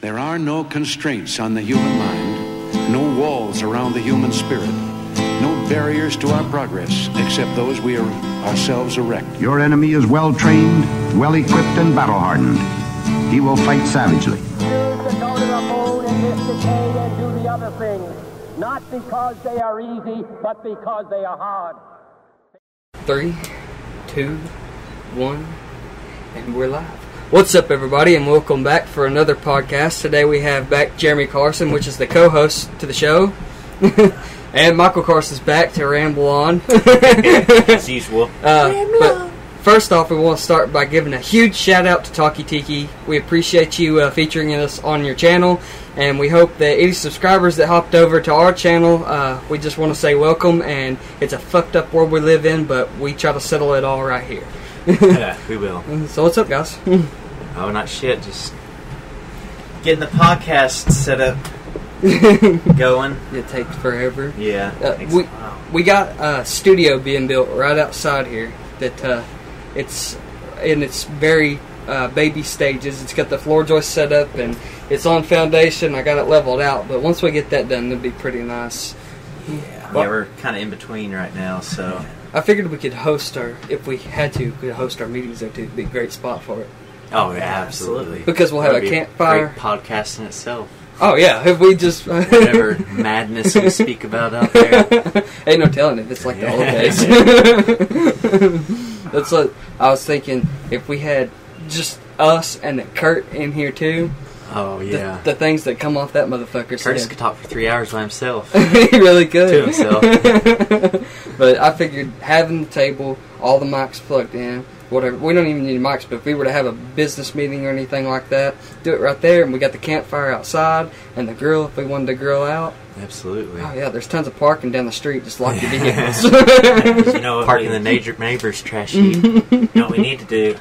There are no constraints on the human mind, no walls around the human spirit, no barriers to our progress except those we are ourselves erect. Your enemy is well trained, well equipped, and battle hardened. He will fight savagely. choose to go to the moon and miss the day and do the other things. Not because they are easy, but because they are hard. Three, two, one, and we're live. What's up, everybody, and welcome back for another podcast. Today we have back Jeremy Carson, which is the co host to the show, and Michael Carson's back to ramble on. as usual. But first off, we want to start by giving a huge shout out to Talkie Tiki. We appreciate you uh, featuring us on your channel, and we hope that any subscribers that hopped over to our channel, uh, we just want to say welcome. And it's a fucked up world we live in, but we try to settle it all right here. yeah, we will. So what's up, guys? Oh, not shit. Just getting the podcast set up, going. It takes forever. Yeah. Uh, Thanks. we Wow. we got a studio being built right outside here that uh, it's in its very uh, baby stages. It's got the floor joist set up and it's on foundation. I got it leveled out, but once we get that done, it'll be pretty nice. yeah, we're kind of in between right now, so I figured we could host our if we had to, we could host our meetings there too. It'd be a great spot for it. oh yeah, absolutely. Because we'll have That'd a be campfire. Great podcast in itself. Oh yeah, if we just ain't Whatever madness we speak about out there. no telling if it's like the old days. That's what I was thinking. If we had just us and then Kurt in here too, Oh the, yeah. the things that come off that motherfucker's Curtis head. could talk for three hours by himself he really to could. himself. but I figured having the table, all the mics plugged in, whatever. We don't even need mics, but if we were to have a business meeting or anything like that, do it right there. And we got the campfire outside and the grill if we wanted to grill out. Absolutely. Oh yeah, there's tons of parking down the street, just lock your vehicles. You know, what Parking we- the neighbor, neighbor's trash heap. you know what we need to do?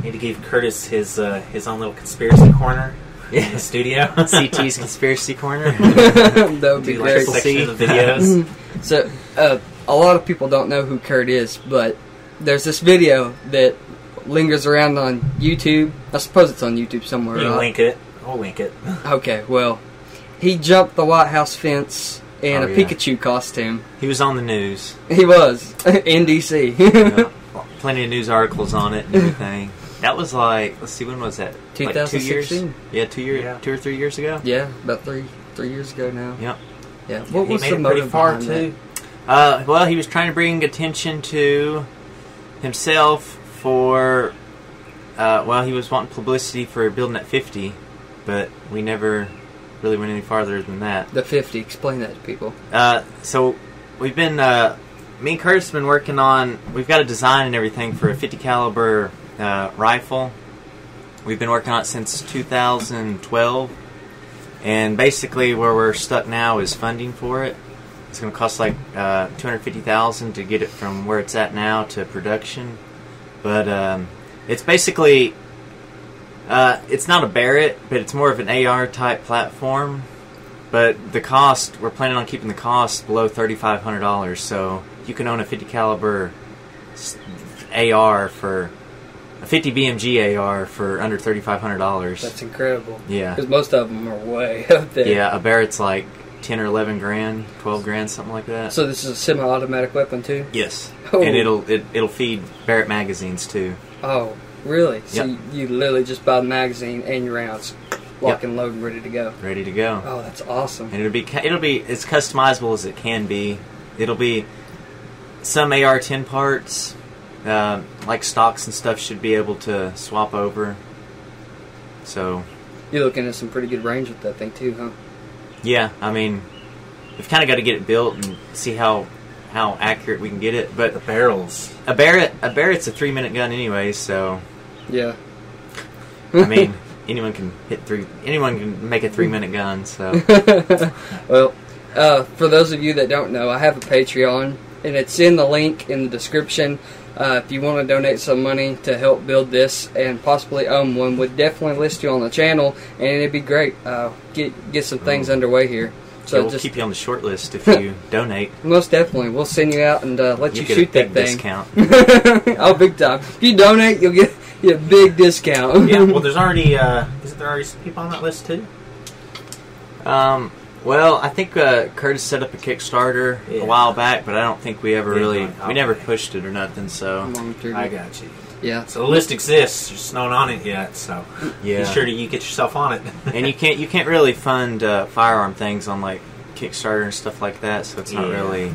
We need to give Curtis his uh, his own little conspiracy corner in the Yes. studio. CT's conspiracy corner. that would be do like a great. Triple section C. of the videos. So, uh, a lot of people don't know who Kurt is, but there's this video that lingers around on YouTube. I suppose it's on YouTube somewhere. you right? link it. I'll link it. Okay, well, he jumped the White House fence in Oh, a yeah. Pikachu costume. He was on the news. He was in DC. Yeah, plenty of news articles on it and everything. That was like, let's see, when was that? Like two years? 2016? Yeah, two years, Yeah. two or three years ago. yeah, about three three years ago now. Yeah. Yeah. What he was made the it pretty motive far behind too. Uh, well, he was trying to bring attention to himself for. Uh, well, he was wanting publicity for building at fifty, but we never really went any farther than that. that? The fifty. Explain that to people. Uh, so we've been uh, me and Curtis have been working on. We've got a design and everything for a 50 caliber uh, rifle. We've been working on it since 2012, and basically where we're stuck now is funding for it. It's going to cost like uh, 250,000 to get it from where it's at now to production, but um, it's basically. Uh, it's not a Barrett, but it's more of an AR type platform but the cost we're planning on keeping the cost below thirty five hundred dollars. So you can own a fifty caliber s- AR for a fifty BMG AR for under thirty five hundred dollars. That's incredible. Yeah, Because most of them are way up there. yeah. A Barrett's like ten or eleven grand, twelve grand, something like that. So this is a semi-automatic weapon too. yes, Oh. and it'll it, it'll feed Barrett magazines too. Oh, really? So Yep. you, you literally just buy the magazine and your rounds, lock Yep. and load, and ready to go. Ready to go. Oh, that's awesome. and it'll be ca- it'll be as customizable as it can be. It'll be some AR-10 parts, um, like stocks and stuff, should be able to swap over. So You're looking at some pretty good range with that thing too, huh? yeah, I mean, we've kind of got to get it built and see how how accurate we can get it. The But barrels. a Barrett a Barrett's a three-minute gun anyway, so Yeah. I mean. Anyone can hit three. Anyone can make a three-minute gun. So Well, uh, for those of you that don't know, I have a Patreon, and it's in the link in the description. Uh, if you want to donate some money to help build this and possibly own one, would definitely list you on the channel, and it'd be great. Uh, get get some things underway here. So so Oh. we'll just keep you on the short list if you donate. most definitely, we'll send you out and uh, let you, you get shoot a that big thing. discount. oh, big time! If you donate, you'll get, get a big discount. Yeah. Well, there's already uh, that there are some people on that list too? Um, well, I think uh, Curtis set up a Kickstarter Yeah. a while back, but I don't think we ever Yeah, really no, we never okay. pushed it or nothing. So Along through I the- got you. Yeah. So the list exists. You're just not on it yet. So yeah, be sure to you get yourself on it. and you can't you can't really fund uh, firearm things on like Kickstarter and stuff like that. So it's not Yeah. really.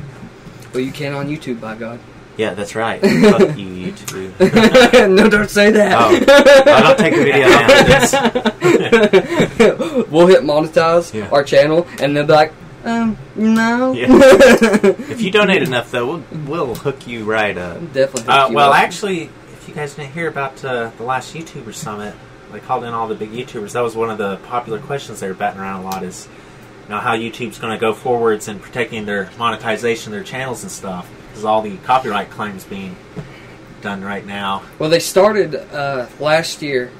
Well, you can on YouTube, by God. Yeah, that's right. Fuck you, YouTube. no, don't say that. Oh, I don't take the video down. Oh. we'll hit monetize Yeah. our channel, and they'll be like, um, no. Yeah. If you donate enough, though, we'll we'll hook you right up. Definitely. Uh, hook you well, up. actually, if you guys didn't hear about uh, the last YouTuber summit, they called in all the big YouTubers. That was one of the popular questions they were batting around a lot: is you know how YouTube's going to go forwards in protecting their monetization, their channels, and stuff, because all the copyright claims being done right now. Well, they started uh, last year,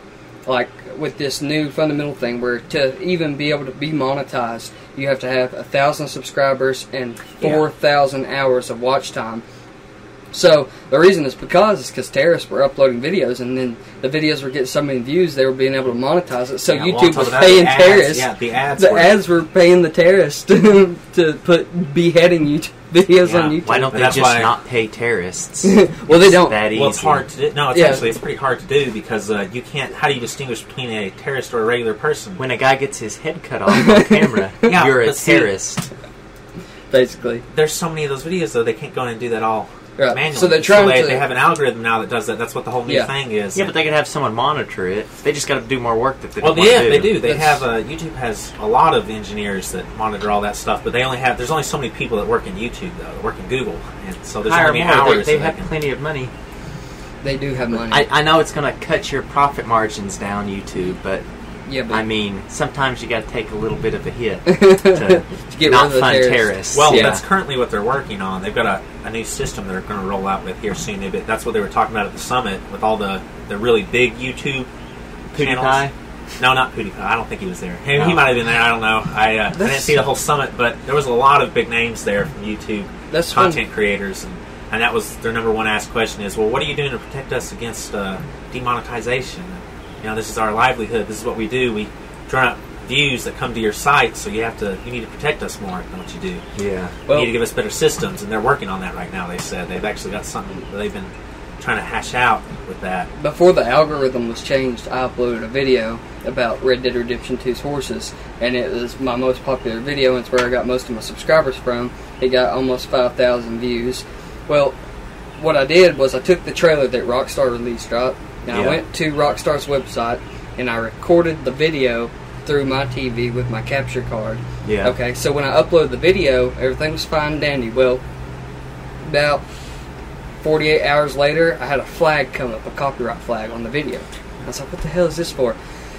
like with this new fundamental thing where to even be able to be monetized, you have to have a thousand subscribers and Yeah. four thousand hours of watch time. So the reason is because is because terrorists were uploading videos, and then the videos were getting so many views they were being able to monetize it. So Yeah, well, YouTube talk was about paying the ads. terrorists. Yeah, the ads. The were- ads were paying the terrorists to put beheading YouTube videos Yeah, on YouTube. Why don't they That's just why- not pay terrorists? well, they don't. That Well, it's easy. hard to do. No, it's Yeah. actually it's pretty hard to do because uh, you can't. How do you distinguish between a terrorist or a regular person? When a guy gets his head cut off on camera, Yeah, you're a but see- terrorist. Basically, there's so many of those videos though they can't go in and do that all Right. manually. So they're trying they, to- they have an algorithm now that does that. That's what the whole new Yeah. thing is. Yeah, but they could have someone monitor it. They just got to do more work that they well, don't wanna yeah, they do. They That's- have uh, YouTube has a lot of engineers that monitor all that stuff, but they only have there's only so many people that work in YouTube though, that work in Google, and so there's Hire only more. hours. they, they that have can- plenty of money. they do have money. I, I know it's going to cut your profit margins down, YouTube, but yeah, but I mean, sometimes you got to take a little bit of a hit to get not rid of the fund terrorists. terrorists. Well, yeah. that's currently what they're working on. They've got a, a new system they're going to roll out with here soon. They- but That's what they were talking about at the summit with all the, the really big YouTube channels. PewDiePie? No, not PewDiePie. I don't think he was there. He, he No. might have been there. I don't know. I, uh, I didn't Oh. That's- see the whole summit, but there was a lot of big names there from YouTube That's fun. content creators, and, and that was their number one asked question: is Well, what are you doing to protect us against uh, demonetization? You know, this is our livelihood. This is what we do. We turn up views that come to your site, so you have to you need to protect us more than what you do yeah. Well- need to give us better systems, and they're working on that right now. They said they've actually got something that they've been trying to hash out with that. Before the algorithm was changed, I uploaded a video about Red Dead Redemption 2's horses, and it was my most popular video, and it's where I got most of my subscribers from. It got almost 5,000 views. Well, what I did was I took the trailer that Rockstar released, right? And I Yeah. went to Rockstar's website, and I recorded the video through my TV with my capture card. Yeah. Okay, so when I uploaded the video, everything was fine and dandy. Well, about 48 hours later, I had a flag come up, a copyright flag on the video. I was like, what the hell is this for?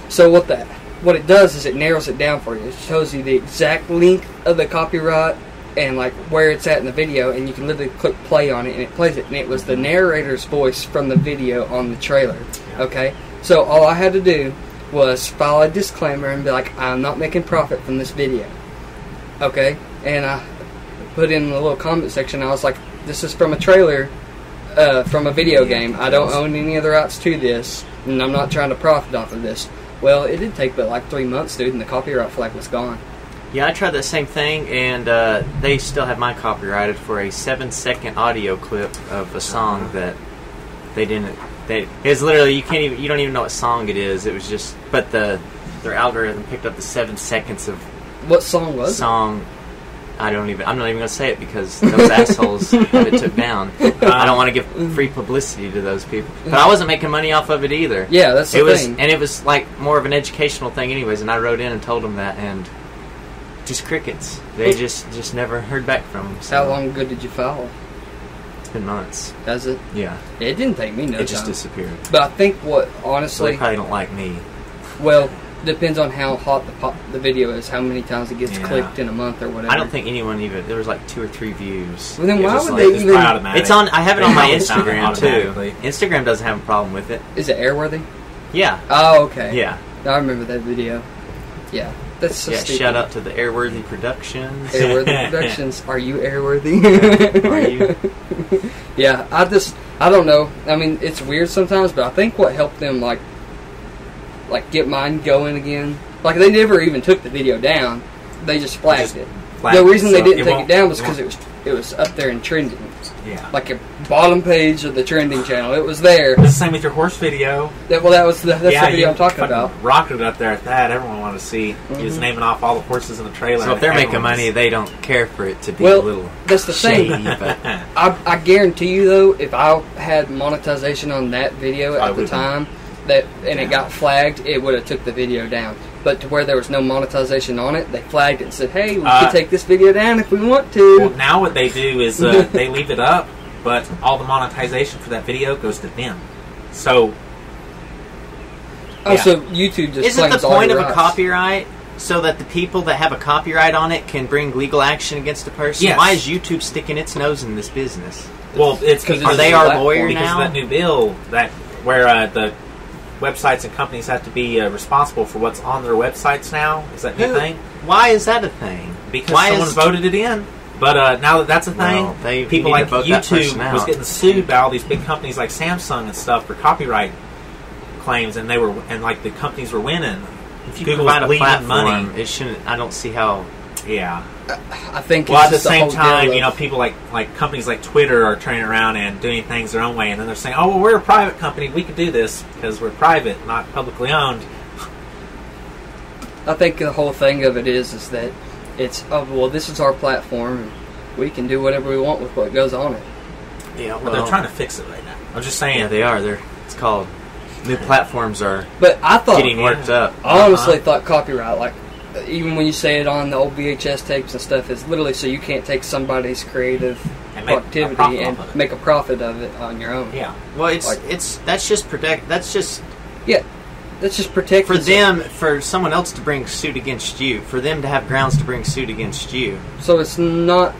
So what the what it does is it narrows it down for you. It shows you the exact length of the copyright and like where it's at in the video, and you can literally click play on it and it plays it. And it was the narrator's voice from the video on the trailer. Okay, so all I had to do was file a disclaimer and be like, I'm not making profit from this video. Okay, and I put in the little comment section. I was like, "This is from a trailer, uh, from a video game. I don't own any of the rights to this, and I'm not trying to profit off of this." Well, it did take but like three months, dude, and the copyright flag was gone. Yeah, I tried that same thing, and uh, they still have mine copyrighted for a seven-second audio clip of a song that they didn't. They it's literally you can't even you don't even know what song it is. It was just but the their algorithm picked up the seven seconds of What song was it? song. I don't even. I'm not even gonna say it because those assholes have it took down. I don't want to Mm. give free publicity to those people. But I wasn't making money off of it either. Yeah, that's the it was, thing. and it was like more of an educational thing, anyways. And I wrote in and told them that, and just crickets. They just just never heard back from them. So How long ago did you file? It's been months. Does it? Yeah, It didn't take me no it just time. disappeared. But I think what So they honestly, probably don't like me. well, depends on how hot the pop, the video is, how many times it gets Yeah. clicked in a month or whatever. I don't think anyone even. There was like two or three views. Well, then It why was would like- they It's even? probably automatic. It's on. I have it They on my probably found it Instagram automatically. too. Instagram doesn't have a problem with it. Is it airworthy? Yeah, Oh, okay. yeah. I remember that video. Yeah, that's so yeah, stupid. shout out to the Airworthy Productions. Airworthy Productions. Are you airworthy? Are you? yeah, I just I don't know. I mean, it's weird sometimes, but I think what helped them like like get mine going again. Like they never even took the video down; they just flagged Just it. flagged the it, reason they so didn't it take it won't- down was it because it won't- was it was up there in trending, Yeah. like a bottom page of the trending channel. It was there. It's the same with your horse video. That, well, that was the, that's yeah, the video you I'm talking fucking about. Mm-hmm. Rocketed up there at that. Everyone wanted to see. He was naming off all the horses in the trailer. So if they're and making everyone money, they don't care for it to be Well, a little that's the thing. shady. But was- I, I guarantee you though, if I had monetization on that video I at the wouldn't. time that and it got flagged, it would have took the video down. But to where there was no monetization on it, they flagged it and said, "Hey, we Uh, can take this video down if we want Well, to." now what they do is uh, they leave it up, but all the monetization for that video goes to them. So Oh, yeah. so YouTube just isn't the claims all point your of a rights. copyright so that the people that have a copyright on it can bring legal action against the person? Yes. Why is YouTube sticking its nose in this business? well, it's 'Cause because it's Are they a our platform. lawyer because now? of that new bill that where uh, the websites and companies have to be uh, responsible for what's on their websites now. Is that new Who- thing? Why is that a thing? Because Why someone is, voted it in. But uh, now that that's a thing, Well, they people need to like vote that person YouTube was out. getting sued by all these big companies like Samsung and stuff for copyright claims, and they were and like the companies were winning. if you Google's provide a bleeding platform, money. it shouldn't. I don't see how. Yeah. I think. Well, it's at the just a same whole deal time, of- you know, people like like companies like Twitter are turning around and doing things their own way, and then they're saying, "Oh, well, we're a private company; we can do this because we're private, not publicly owned." I think the whole thing of it is is that it's oh well, this is our platform. We can do whatever we want with what goes on it. Yeah, But they're trying to fix it right now. I'm just saying. Yeah, they are. They're. It's called. New platforms are But I Oh, thought getting worked up. I Uh-huh. honestly thought copyright, like even when you say it on the old VHS tapes and stuff, is literally so you can't take somebody's creative And make a profit activity and off of it. make a profit of it on your own. yeah. Well, it's Like- it's that's just protect. That's just yeah. That's just protect for them for someone else to bring suit against you. For them to have grounds to bring suit against you. So it's not.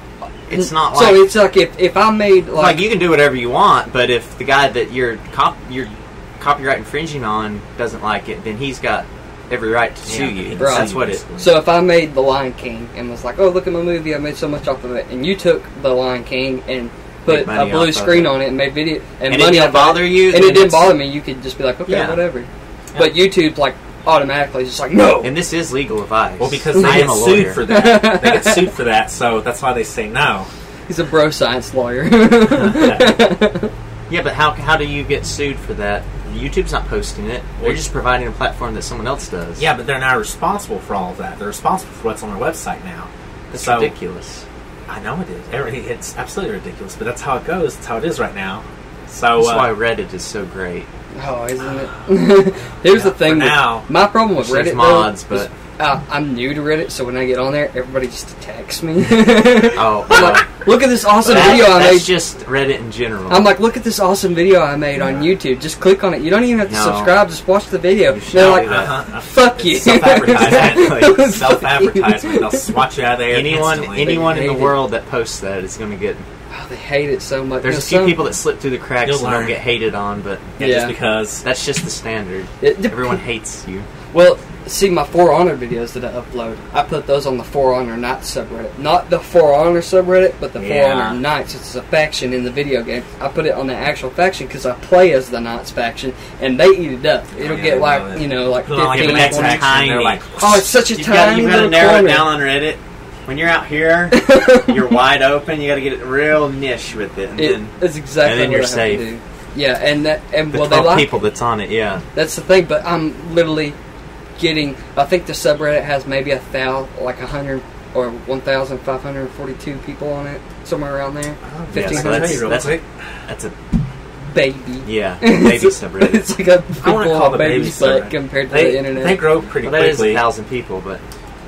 It's not Mm, so like it's like if, if I made like, like you can do whatever you want, but if the guy that you're cop you're copyright infringing on doesn't like it, then he's got every right to sue Yeah, you. he can sue That's you, what it. basically. so if I made The Lion King and was like, oh look at my movie, I made so much off of it, and you took The Lion King and put Made a money blue off of screen it. on it and made video and, And it money didn't off of bother you, and it then didn't it's- bother me. You could just be like, okay, Yeah. whatever. But YouTube's like automatically just like no. And this is legal advice. Well, because they I get am a sued lawyer. for that. they get sued for that, so that's why they say no. He's a bro science lawyer. Yeah, but how how do you get sued for that? YouTube's not posting it. They're just providing a platform that someone else does. Yeah, but they're not responsible for all of that. They're responsible for what's on their website now. that's so, ridiculous. I know it is. Every- It's absolutely ridiculous, but that's how it goes. That's how it is right now. So That's uh, why Reddit is so great. oh, isn't it? Here's the Yeah, thing. with- for now. my problem with There's Reddit mods, though, is, but- uh, I'm new to Reddit, so when I get on there, everybody just attacks me. Oh, I'm well, like, look at this awesome that- video I that's made. just Reddit in general. I'm like, look at this awesome video I made on YouTube. Just click on it. You don't even have to No. subscribe. Just watch the video. You should They're not like, do that. Uh-huh. fuck you. It's self-advertising. Exactly. self-advertisement. They'll swat you out of there. anyone instantly. anyone in the Hated. world that posts that is going to get. oh, they hate it so much. There's a Because few some- people that slip through the cracks You'll and don't learn. get hated on, but yeah, Yeah. just because. that's just the standard. It dep- Everyone hates you. Well, see my For Honor videos that I upload. I put those on the For Honor Knights subreddit, not the For Honor subreddit, but the For Yeah. Honor Knights. It's a faction in the video game. I put it on the actual faction because I play as the Knights faction, and they eat it up. Oh, It'll Yeah, get they like love it. you know like Put it on, like, fifteen. an X 20. Faction, and they're like, Oh, it's such a You've got, tiny you've got to little narrow corner. it down on Reddit. When you're out here, you're wide open. You got to get it real niche with it, and It- then that's exactly and then what you're I have safe. to do. Yeah, and that and the well, they twelve like people that's on it. Yeah, That's the thing, but I'm literally getting. I think the subreddit has maybe a thou, like a hundred or one thousand five hundred forty-two people on it, somewhere around there. Fifteen so hundred that's- that's- quick. that's a baby. yeah baby subreddit. It's like a I want to people call the baby's baby butt subreddit. compared to they, the internet. They grow pretty Well, that is quickly. a thousand people, but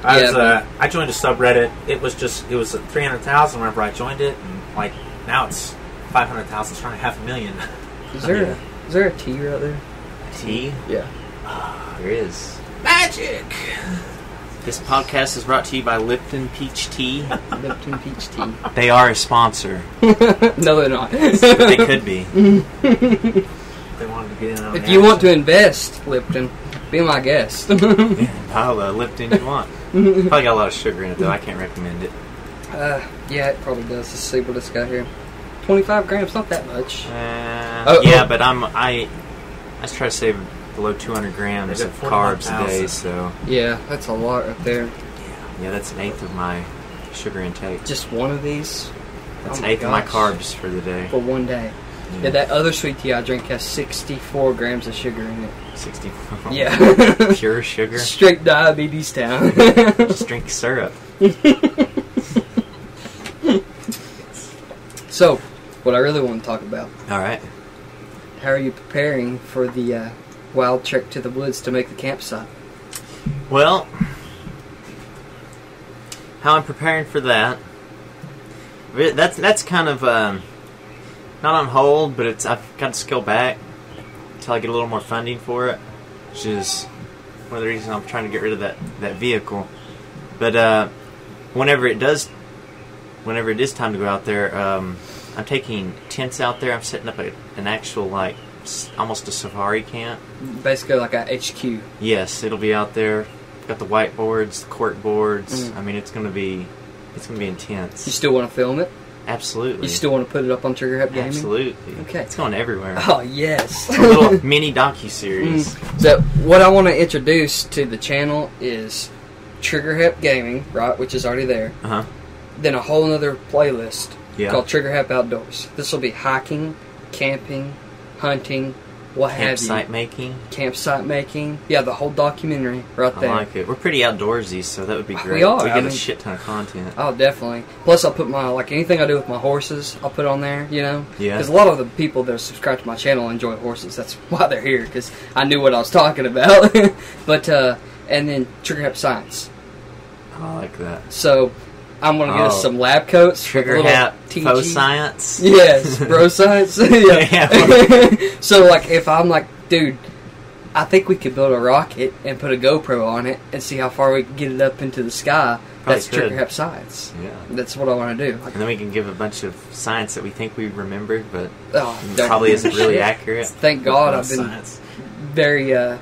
I Yeah, was, but- uh, I joined a subreddit. It was just it was at three hundred thousand whenever I joined it, and like now it's five hundred thousand, it's trying to half a million. is there a, is there a T right there? T Yeah. there is. Magic. This podcast is brought to you by Lipton Peach Tea. Neptune peach tea. They are a sponsor. No, they're not. they could be. They wanted to get in. On if the you want action. to invest, Lipton, be my guest. Pile of uh, Lipton you want. Probably got a lot of sugar in it though. I can't recommend it. uh, yeah, it probably does. Let's see what it's got here. Twenty-five grams, not that much. Uh, Oh, yeah, oh. but I'm I I try to save below 200 grams They of got carbs a 41,000. day, so Yeah, that's a lot right there. yeah, that's an eighth of my sugar intake. Just one of these. That's Oh an eighth of gosh. my Mm. carbs for the day. for one day. Yeah, that other sweet tea I drink has 64 grams of sugar in it. 60. Yeah. Pure Oh, sugar. Straight diabetes town. Just drink syrup. so, what I really want to talk about All right. how are you preparing for the uh, wild trek to the woods to make the campsite? Well, how I'm preparing for that. re- That's that's kind of um, not on hold, but it's I've got to scale back until I get a little more funding for it, which is one of the reasons I'm trying to get rid of that that vehicle. But uh, whenever it does, whenever it is time to go out there, um, I'm taking tents out there. I'm setting up a, an actual like s- almost a safari camp. Basically, like a HQ. Yes, it'll be out there. Got the whiteboards, the cork boards. I mean, it's gonna be, it's gonna be Mm. You intense. still want to film it? Absolutely. You still want to put it up on Trigger Happy Gaming? Absolutely. Okay. It's going everywhere. Oh, Mm. yes. a little mini docu series. So what I want to introduce to the channel is Trigger Hep Gaming, right, which is already there. Uh huh. Then a whole other playlist Yeah. called Trigger Hep Outdoors. This will be hiking, camping, hunting, what Campsite have making. you, campsite making. Yeah, the whole documentary right I there. like it. We're pretty outdoorsy, so that would be We great. are, We I get a mean- shit ton of content. Oh, definitely. Plus, I'll put my like anything I do with my horses, I'll put on there. You know, Yeah. Because a lot of the people that are subscribed to my channel enjoy horses. That's why they're here because I knew what I was talking about. but uh, and then Trigger Hep Science. I like that. So I'm gonna get Oh. us some lab coats. with Trigger little hat, TG. faux science. Yes, bro science. yeah. Yeah. so like, if I'm like, dude, I think we could build a rocket and put a GoPro on it and see how far we can get it up into the sky. Probably That's trigger could. hap science. Yeah. That's what I want to do. And then we can give a bunch of science that we think we remembered, but Oh, that- probably isn't really shit. accurate. Thank God Well, I've been science. very. uh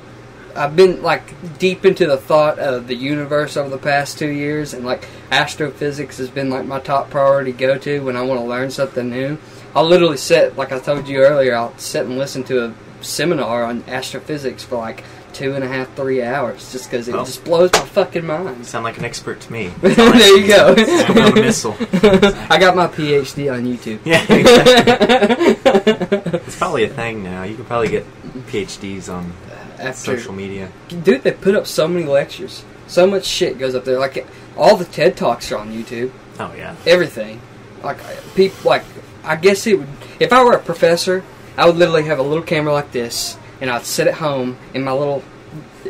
I've been like deep into the thought of the universe over the past two years, and like astrophysics has been like my top priority go to when I want to learn something new. I'll literally sit, like I told you earlier, I'll sit and listen to a seminar on astrophysics for like two and a half, three hours just because it Well. just blows my fucking mind. Sound like an expert to me. there you go. I'm a missile. I got my PhD on YouTube. Yeah, exactly. it's probably a thing now. You could probably get PhDs on After social media. dude, they put up so many lectures, so much shit goes up there. Like all the TED talks are on YouTube. Oh yeah, everything. Like people, like I guess it would. If I were a professor, I would literally have a little camera like this, and I'd sit at home in my little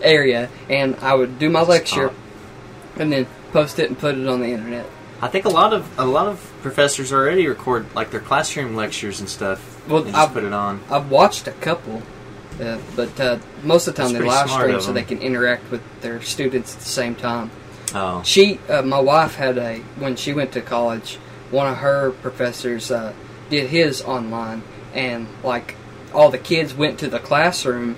area, and I would do my lecture, pop. and then post it and put it on the internet. I think a lot of a lot of professors already record like their classroom lectures and stuff. Well, and just I- put it on. I've watched a couple, uh, but uh, most of the time That's they pretty live smart stream of so they them. can interact with their students at the same time. Oh, She, uh, my wife, had a when she went to college. One of her professors uh, did his online, and like all the kids went to the classroom,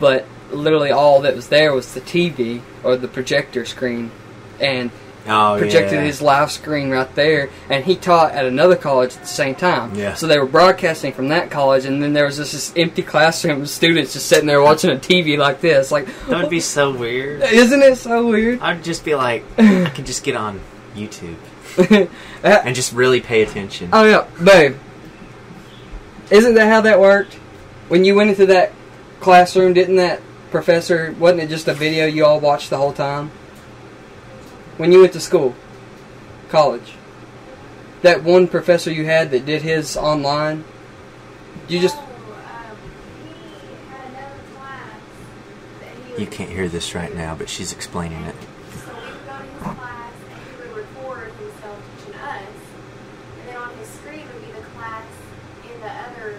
but literally all that was there was the TV or the projector screen, and oh projected yeah. his live screen right there. And he taught at another college at the same time. Yeah. So they were broadcasting from that college, and then there was just this empty classroom of students just sitting there watching a TV like this. Like, That would be so weird. isn't it so weird? I'd just be like, I could just get on YouTube and just really pay attention. Oh yeah, babe. Isn't that how that worked? When you went into that classroom, didn't that professor wasn't it just a video you all watched the whole time? When you went to school, college, that one professor you had that did his online, you just You can't hear this right now, but she's explaining it. So we would go to his class and he would record himself teaching us. And then on his screen would be the class in the other.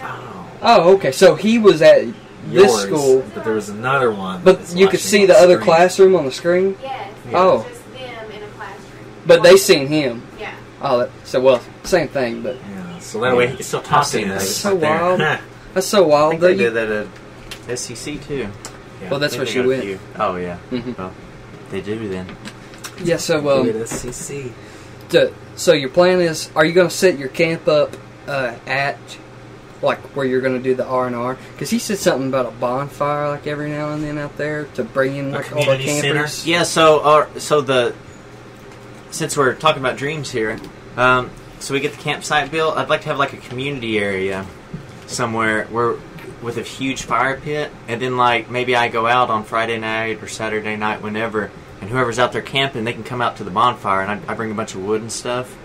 Oh, oh okay, so he was at this yours, school, But there was another one. but that's you could watching see on the other screen. classroom on the screen, Yes. it was Oh. Just them in a classroom. but they seen him. Yeah. Oh, that, so well, same thing, but Yeah, so that way he could still talk to seen us. those. so Right there. wild. Huh. That's so I wild. think though. they You- did that at SEC E too. Well, that's I where think they she got a went. few. Oh yeah. Mhm. Well, they do then. Yeah, so um, With SCC. d- so your plan is, are you going to set your camp up uh, at like where you're going to do the R and R. Because he said something about a bonfire like every now and then out there to bring in like all the community center? campers. Yeah. So, our, so the since we're talking about dreams here, um, so we get the campsite built. I'd like to have like a community area somewhere where with a huge fire pit, and then like maybe I go out on Friday night or Saturday night, whenever, and whoever's out there camping, they can come out to the bonfire, and I, I bring a bunch of wood and stuff,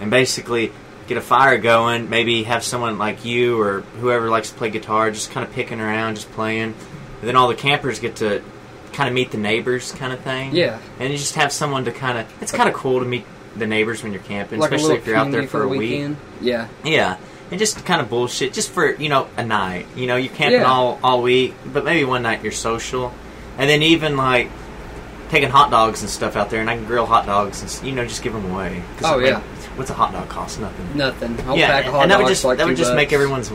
and basically. Get a fire going. Maybe have someone like you or whoever likes to play guitar, just kind of picking around, just playing. And then all the campers get to kind of meet the neighbors, kind of thing. Yeah. And you just have someone to kind of. It's kind of cool to meet the neighbors when you're camping, Like a especially little if you're out there community for a week. weekend. Yeah. Yeah. And just kind of bullshit, just for you know a night. You know, you're camping Yeah. all all week, but maybe one night you're social, and then even like taking hot dogs and stuff out there, and I can grill hot dogs and s- you know just give them away. 'Cause, Oh, like, yeah. what's a hot dog cost? Nothing. Nothing. I'll yeah, pack a and- hot and that would dogs just for, like that would two just make bucks. everyone's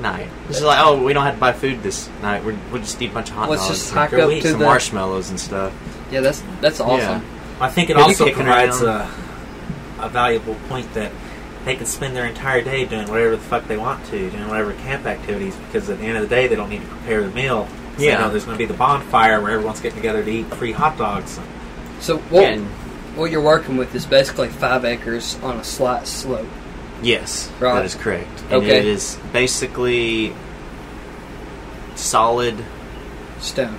night. It's just like, oh, we don't have to buy food this night. We're, we'll just eat a bunch of hot Let's dogs. just and hike go up eat to some the- marshmallows and stuff. Yeah, that's that's awesome. I think it Maybe also kicking provides around. a, a valuable point that they can spend their entire day doing whatever the fuck they want to, doing whatever camp activities, because at the end of the day, they don't need to prepare the meal. So, Yeah. You know, there's going to be the bonfire where everyone's getting together to eat free hot dogs. So what And- what you're working with is basically five acres on a slight slope. Yes, Right. that is correct. And Okay. it is basically solid. Stone.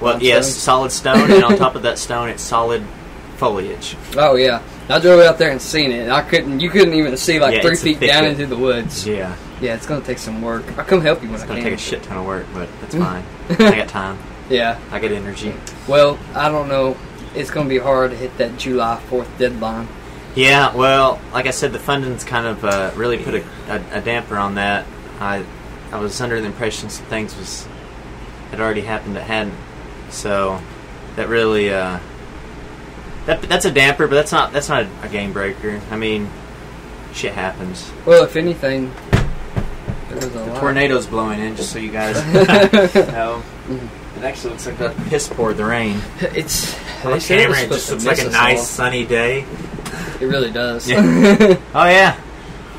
Well, Stone? yes, solid stone, and on top of that stone, it's solid foliage. Oh yeah, I drove out there and seen it. and I couldn't. You couldn't even see like Yeah, three it's a feet thick down wood. into the woods. Yeah. Yeah, it's gonna take some work. I'll come help you when it's I gonna can. take a shit ton of work, but that's fine. I got time. Yeah. I got energy. Well, I don't know. It's gonna be hard to hit that July fourth deadline. Yeah, well, like I said, the funding's kind of uh, really put a, a, a damper on that. I I was under the impression some things was had already happened that hadn't, so that really uh, that that's a damper, but that's not that's not a game breaker. I mean, shit happens. Well, if anything, there was a lot. Tornadoes blowing in, just so you guys know. It actually looks like that piss poured the rain. It's On Mm-hmm. they said it was camera, it supposed just to looks like miss a us all. nice sunny day. It really does. Oh yeah,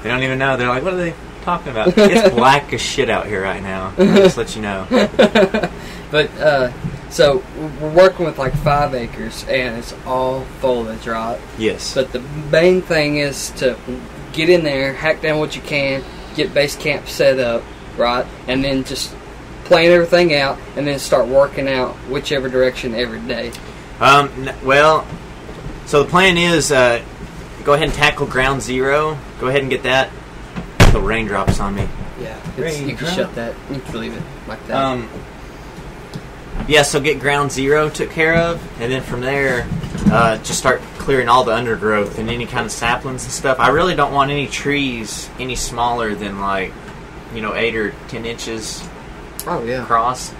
they don't even know. They're like, what are they talking about? it's black as shit out here right now. I'll just let you know. But uh, so we're working with like five acres, and it's all foliage, right? Yes. But the main thing is to get in there, hack down what you can, get base camp set up, right, and then just plan everything out, and then start working out whichever direction every day. Um, n- well, so the plan is uh, go ahead and tackle ground zero. Go ahead and get that. The raindrops on me. Yeah, it's, you can Raindrop. shut that. You can leave it like that. Um, yeah, so get ground zero took care of, and then from there, uh, just start clearing all the undergrowth and any kind of saplings and stuff. I really don't want any trees any smaller than like, you know, eight or ten inches oh yeah. across.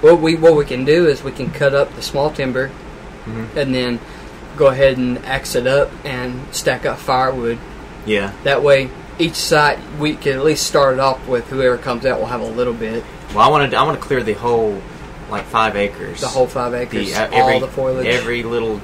What we what we can do is we can cut up the small timber, and then go ahead and axe it up and stack up firewood. Yeah. That way, each site we can at least start it off with whoever comes out will have a little bit. Well, I want to. I want to clear the whole, like five acres. The whole five acres, uh, all the foliage. every little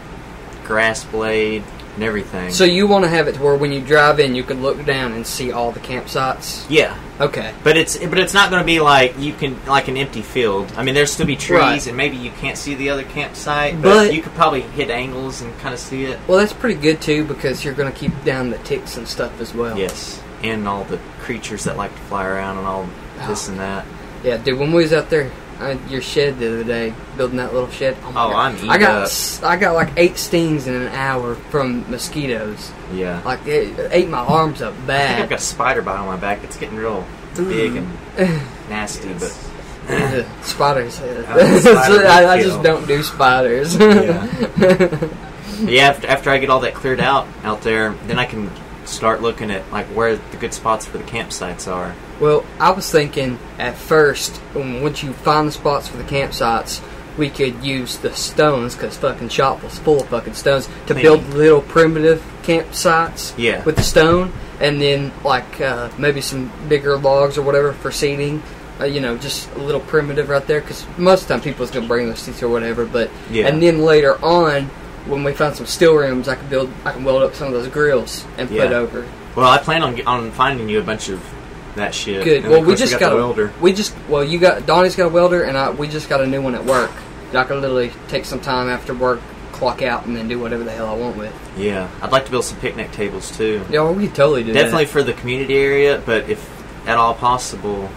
grass blade and everything. So you want to have it to where when you drive in, you can look down and see all the campsites. yeah, Okay. but it's but it's not going to be like you can like an empty field. I mean, there'll still be trees, Right. and maybe you can't see the other campsite, but, But- you could probably hit angles and kind of see it. Well, that's pretty good too because you're going to keep down the ticks and stuff as well. Yes, and all the creatures that like to fly around and all this Oh. and that. Yeah, dude. When we was out there, uh, your shed the other day, building that little shed. Oh, my Oh, God. I'm eat I got up. s- I got like eight stings in an hour from mosquitoes. Yeah, Like it it ate my arms up I think I've bad. got a spider bite on my back. It's getting real big and Mm. nasty, but. spiders. uh, spider I, I would just kill. don't do spiders. yeah, yeah after, after I get all that cleared out out there, then I can start looking at like where the good spots for the campsites are. Well, I was thinking at first, um, once you find the spots for the campsites, we could use the stones because fucking shop was full of fucking stones to Maybe. build little primitive campsites. Yeah. With the stone, and then like uh, maybe some bigger logs or whatever for seating. Uh, you know, just a little primitive right there because most of the time people's gonna bring their seats or whatever. But Yeah. and then later on, when we find some still rooms, I can build, I can weld up some of those grills and put Yeah. over. Well, I plan on on finding you a bunch of that shit. Good. And well, of we course just got, got, the a welder. We just well, you got Donnie's got a welder, and I we just got a new one at work. that I could literally take some time after work, clock out, and then do whatever the hell I want with. Yeah, I'd like to build some picnic tables too. Yeah, well, we could totally do Definitely that. for the community area, but if at all possible,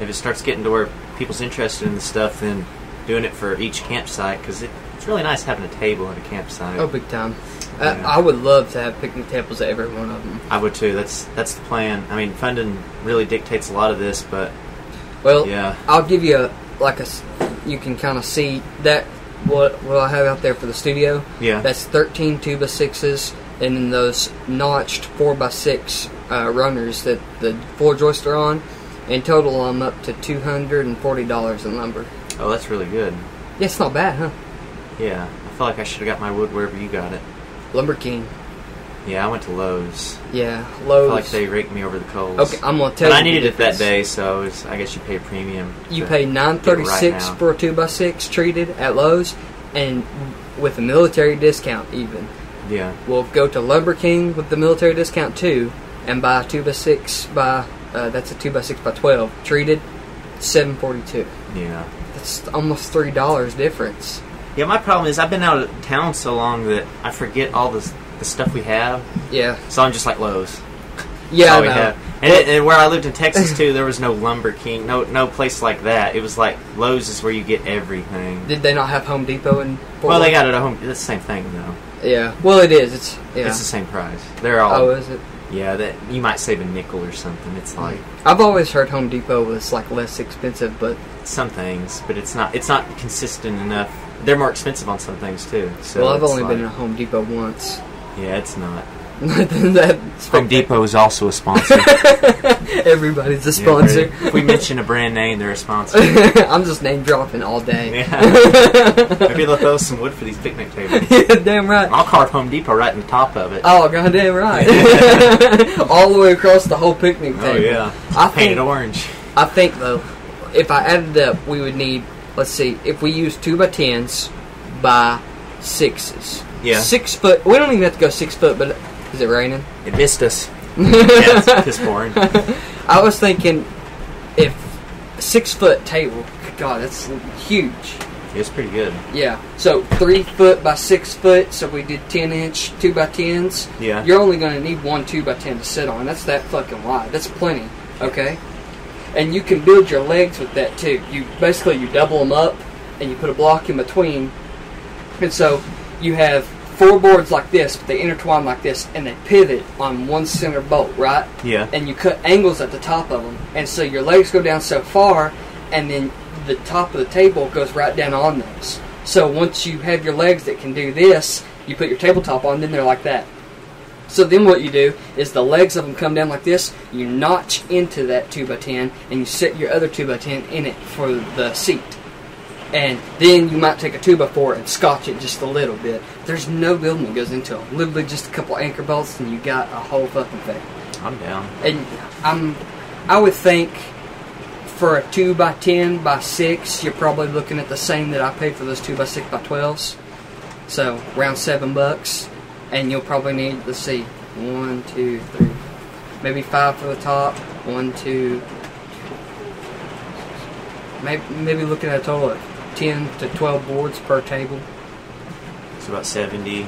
if it starts getting to where people's interested in the stuff, then doing it for each campsite because it, it's really nice having a table at a campsite. Oh, big time. Yeah. I, I would love to have picnic tables at every one of them. I would too. That's that's the plan. I mean, funding really dictates a lot of this, but Well, Yeah. I'll give you a like a s- you can kind of see that what what I have out there for the studio. Yeah. that's thirteen two by sixes, and then those notched four by six uh, runners that the four joists are on. In total, I'm up to two hundred and forty dollars in lumber. oh, that's really good. Yeah, it's not bad, huh? Yeah, I feel like I should have got my wood wherever you got it. Lumber King. Yeah, I went to Lowe's. Yeah, I Lowe's. feel like they raked me over the coals. okay, I'm gonna tell But you. I the needed it that difference. day, so it's, I guess you pay a premium. You to pay get it nine thirty six right now. for a two by six treated at Lowe's, and with a military discount even. Yeah, We'll go to Lumber King with the military discount too, and buy a two by six by uh, that's a two by six by twelve treated, seven forty two. yeah. That's almost three dollars difference. Yeah, my problem is I've been out of town so long that I forget all this, the stuff we have. Yeah, So I'm just like Lowe's. yeah, all I we know. have. And, it, and where I lived in Texas too, there was no Lumber King, no no place like that. It was like Lowe's is where you get everything. Did they not have Home Depot in? Fort well, they Worth? got it at home. It's the same thing though. Yeah, well, it is. It's yeah. It's the same price. They're all. oh, is it? Hmm. Yeah, that you might save a nickel or something. It's like I've always heard Home Depot was like less expensive, but some things, but it's not. It's not consistent enough. They're more expensive on some things too. So well, I've it's only been in a like- Home Depot once. Yeah, it's not. That's Home Depot is also a sponsor. everybody's a sponsor. if we mention a brand name, they're a sponsor. I'm just name dropping all day. Yeah. Maybe they'll throw us some wood for these picnic tables. Damn right. I'll carve Home Depot right in the top of it. Oh, goddamn right! All the way across the whole picnic table. Oh, yeah. I Painted think orange. I think though, if I added up, we would need. Let's see, if we use two by tens by sixes. Yeah. Six foot. We don't even have to go six foot, but is it raining? It missed us. yeah, it's piss boring. I was thinking, if six foot table. God, that's huge. It's pretty good. Yeah. So three foot by six foot. So we did ten inch two by tens. Yeah. You're only going to need one two by ten to sit on. That's that fucking wide. That's plenty. Okay. And you can build your legs with that too. You basically you double them up and you put a block in between. And so you have four boards like this, but they intertwine like this, and they pivot on one center bolt, right? Yeah. And you cut angles at the top of them, and so your legs go down so far, and then the top of the table goes right down on those. So once you have your legs that can do this, you put your tabletop on, then they're like that. So then what you do is the legs of them come down like this, you notch into that 2x10, and you set your other 2x10 in it for the seat and then you might take a two by four and scotch it just a little bit. There's no building that goes into them. Literally just a couple anchor bolts, and you got a whole fucking thing. I'm down. And I'm, I would think, for a two by ten by six, you're probably looking at the same that I paid for those two by six by twelves. So around seven bucks, and you'll probably need let's see, one, two, three, maybe five for the top, one, two, maybe maybe looking at a total of ten to twelve boards per table. It's about 70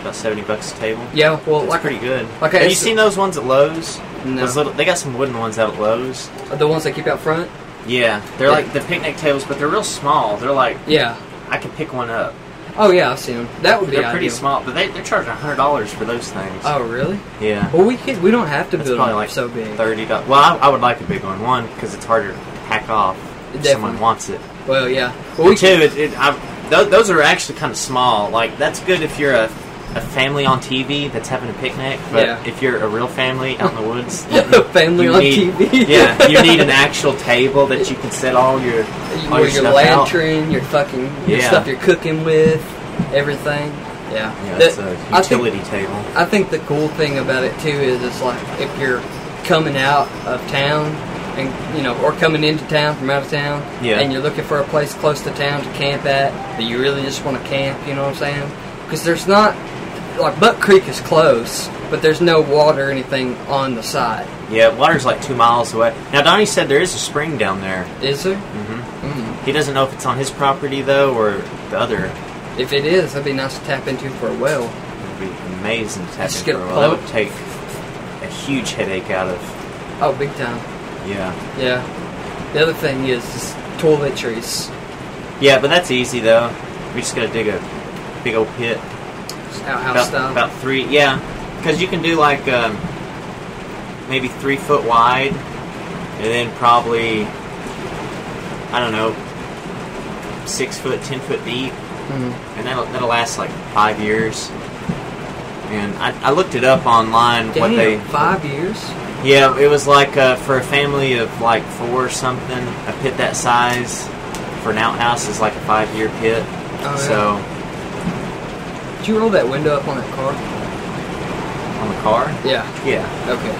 about 70 bucks a table. Yeah, well, It's like pretty good. Okay, Have you it's- seen those ones at Lowe's? No. Those little, they got some wooden ones out at Lowe's. the ones they keep out front. Yeah. They're Yeah. like the picnic tables, but they're real small. They're like, Yeah. I could pick one up. Oh yeah, I've seen them. That would be They're pretty ideal. small, but they, they're charging $100 for those things. Oh really? Yeah. Well, we could. We don't have to That's build probably them like so big. thirty dollars. Well, I, I would like a big one. One because it's harder to hack off. If Definitely. someone wants it. Well, yeah. Well, Well, we two, it, it, I, th- those are actually kind of small. Like that's good if you're a, a family on TV that's having a picnic. But Yeah. if you're a real family out in the woods, family you on need- TV. yeah, you need an actual table that you can set all your all your, With your, stuff out. lantern, your fucking your Yeah. stuff you're cooking with, everything. Yeah. Yeah, That- it's a I think- utility table. I think the cool thing about it too is it's like if you're coming out of town and you know or coming into town from out of town Yeah. and you're looking for a place close to town to camp at that you really just want to camp you know what i'm saying because there's not like buck creek is close but there's no water or anything on the side Yeah, water's like two miles away. Now, Donnie said there is a spring down there. Is there? He doesn't know if it's on his property, though, or the other. If it is, that'd be nice to tap into for a well. It'd be amazing to tap Just in get for a a while. That plug. would take a huge headache out of. Oh, big time. Yeah. Yeah. The other thing is, is toiletries. Yeah, but that's easy, though. We just gotta dig a big old pit. Just Outhouse about, style. about three, yeah. Because you can do like um, maybe three foot wide, and then probably I don't know six foot, ten foot deep, and that'll that'll last like five years. And I, I looked it up online Damn, what they five years? yeah it was like uh, for a family of like four or something a pit that size for an outhouse is like a five year pit. yeah. so Did you roll that window up on that car? on the car, Yeah. yeah. Okay.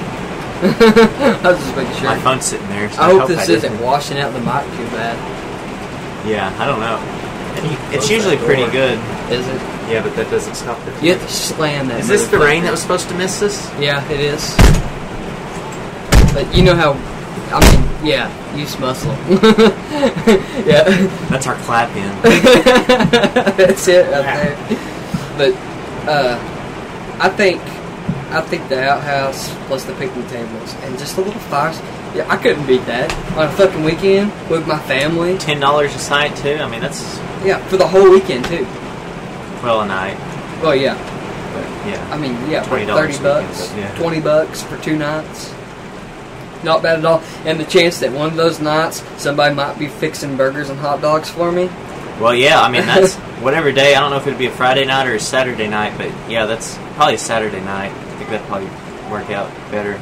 I was just making sure. My phone's sitting there. I so hope this that isn't washing out the mic too bad. doesn't- Yeah, I don't know. It- Close It's that usually pretty door. good. Is it? Yeah, but that doesn't stop it. You have to slam that. Is this the motherfucker. rain that was supposed to miss us? Yeah, it is. But you know how, I mean, yeah, use muscle. yeah, That's our clap in. that's it right there. But uh, I think, I think the outhouse plus the picnic tables and just a little fire. Yeah, I couldn't beat that on a fucking weekend with my family. Ten dollars a night too. I mean, that's Yeah, for the whole weekend too. well a night. Well, yeah, But I yeah, mean, yeah, for $20 thirty weekend, bucks, but yeah. twenty bucks for two nights. Not bad at all. And the chance that one of those nights somebody might be fixing burgers and hot dogs for me. well, yeah. I mean, that's whatever day. I don't know if it'd be a Friday night or a Saturday night, but yeah, that's probably a Saturday night. I think that'd probably work out better.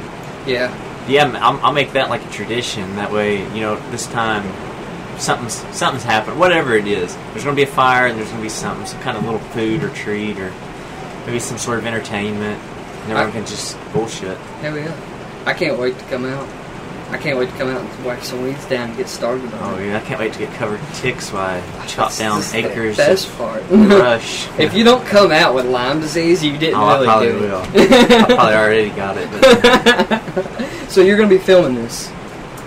Yeah, Yeah, I'll, I'll make that like a tradition. That way, you know, this time something's something's happened. Whatever it is, there's gonna be a fire and there's gonna be something, some kind of little food or treat or maybe some sort of entertainment. And everyone I- can just bullshit. Hell yeah. I can't wait to come out. I can't wait to come out and wipe some weeds down and get started Oh on it. yeah, I can't wait to get covered in ticks while I chop That's- down that's the acres best of part. brush. if you don't come out with Lyme disease, you didn't oh, really I probably do it. will. I probably already got it. But So you're gonna be filming this.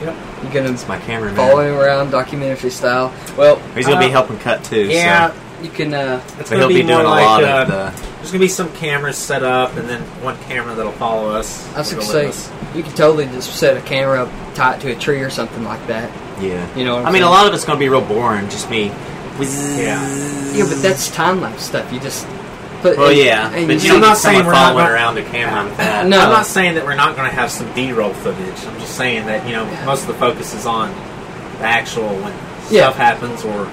Yep. You're gonna it's my cameraman. following around documentary style. Well, He's gonna Uh, be helping cut too. Yeah, so. you can. uh it's but gonna he'll be, be, more doing a like lot uh, of the. there's gonna be some cameras set up, and then one camera that'll follow us. I was gonna It'll say live us. you can totally just set a camera up, tie it to a tree or something like that. Yeah. You know what I'm I mean, a saying? lot of it's gonna be real boring. Just me. yeah. Yeah, but that's time lapse stuff. You just put. Well, and- yeah, and you but you see- I'm don't- not saying Someone we're not following going around a camera with that. No. Oh. I'm not saying that we're not going to have some B-roll footage. I'm just saying that you know most of the focus is on the actual when Yeah. stuff happens or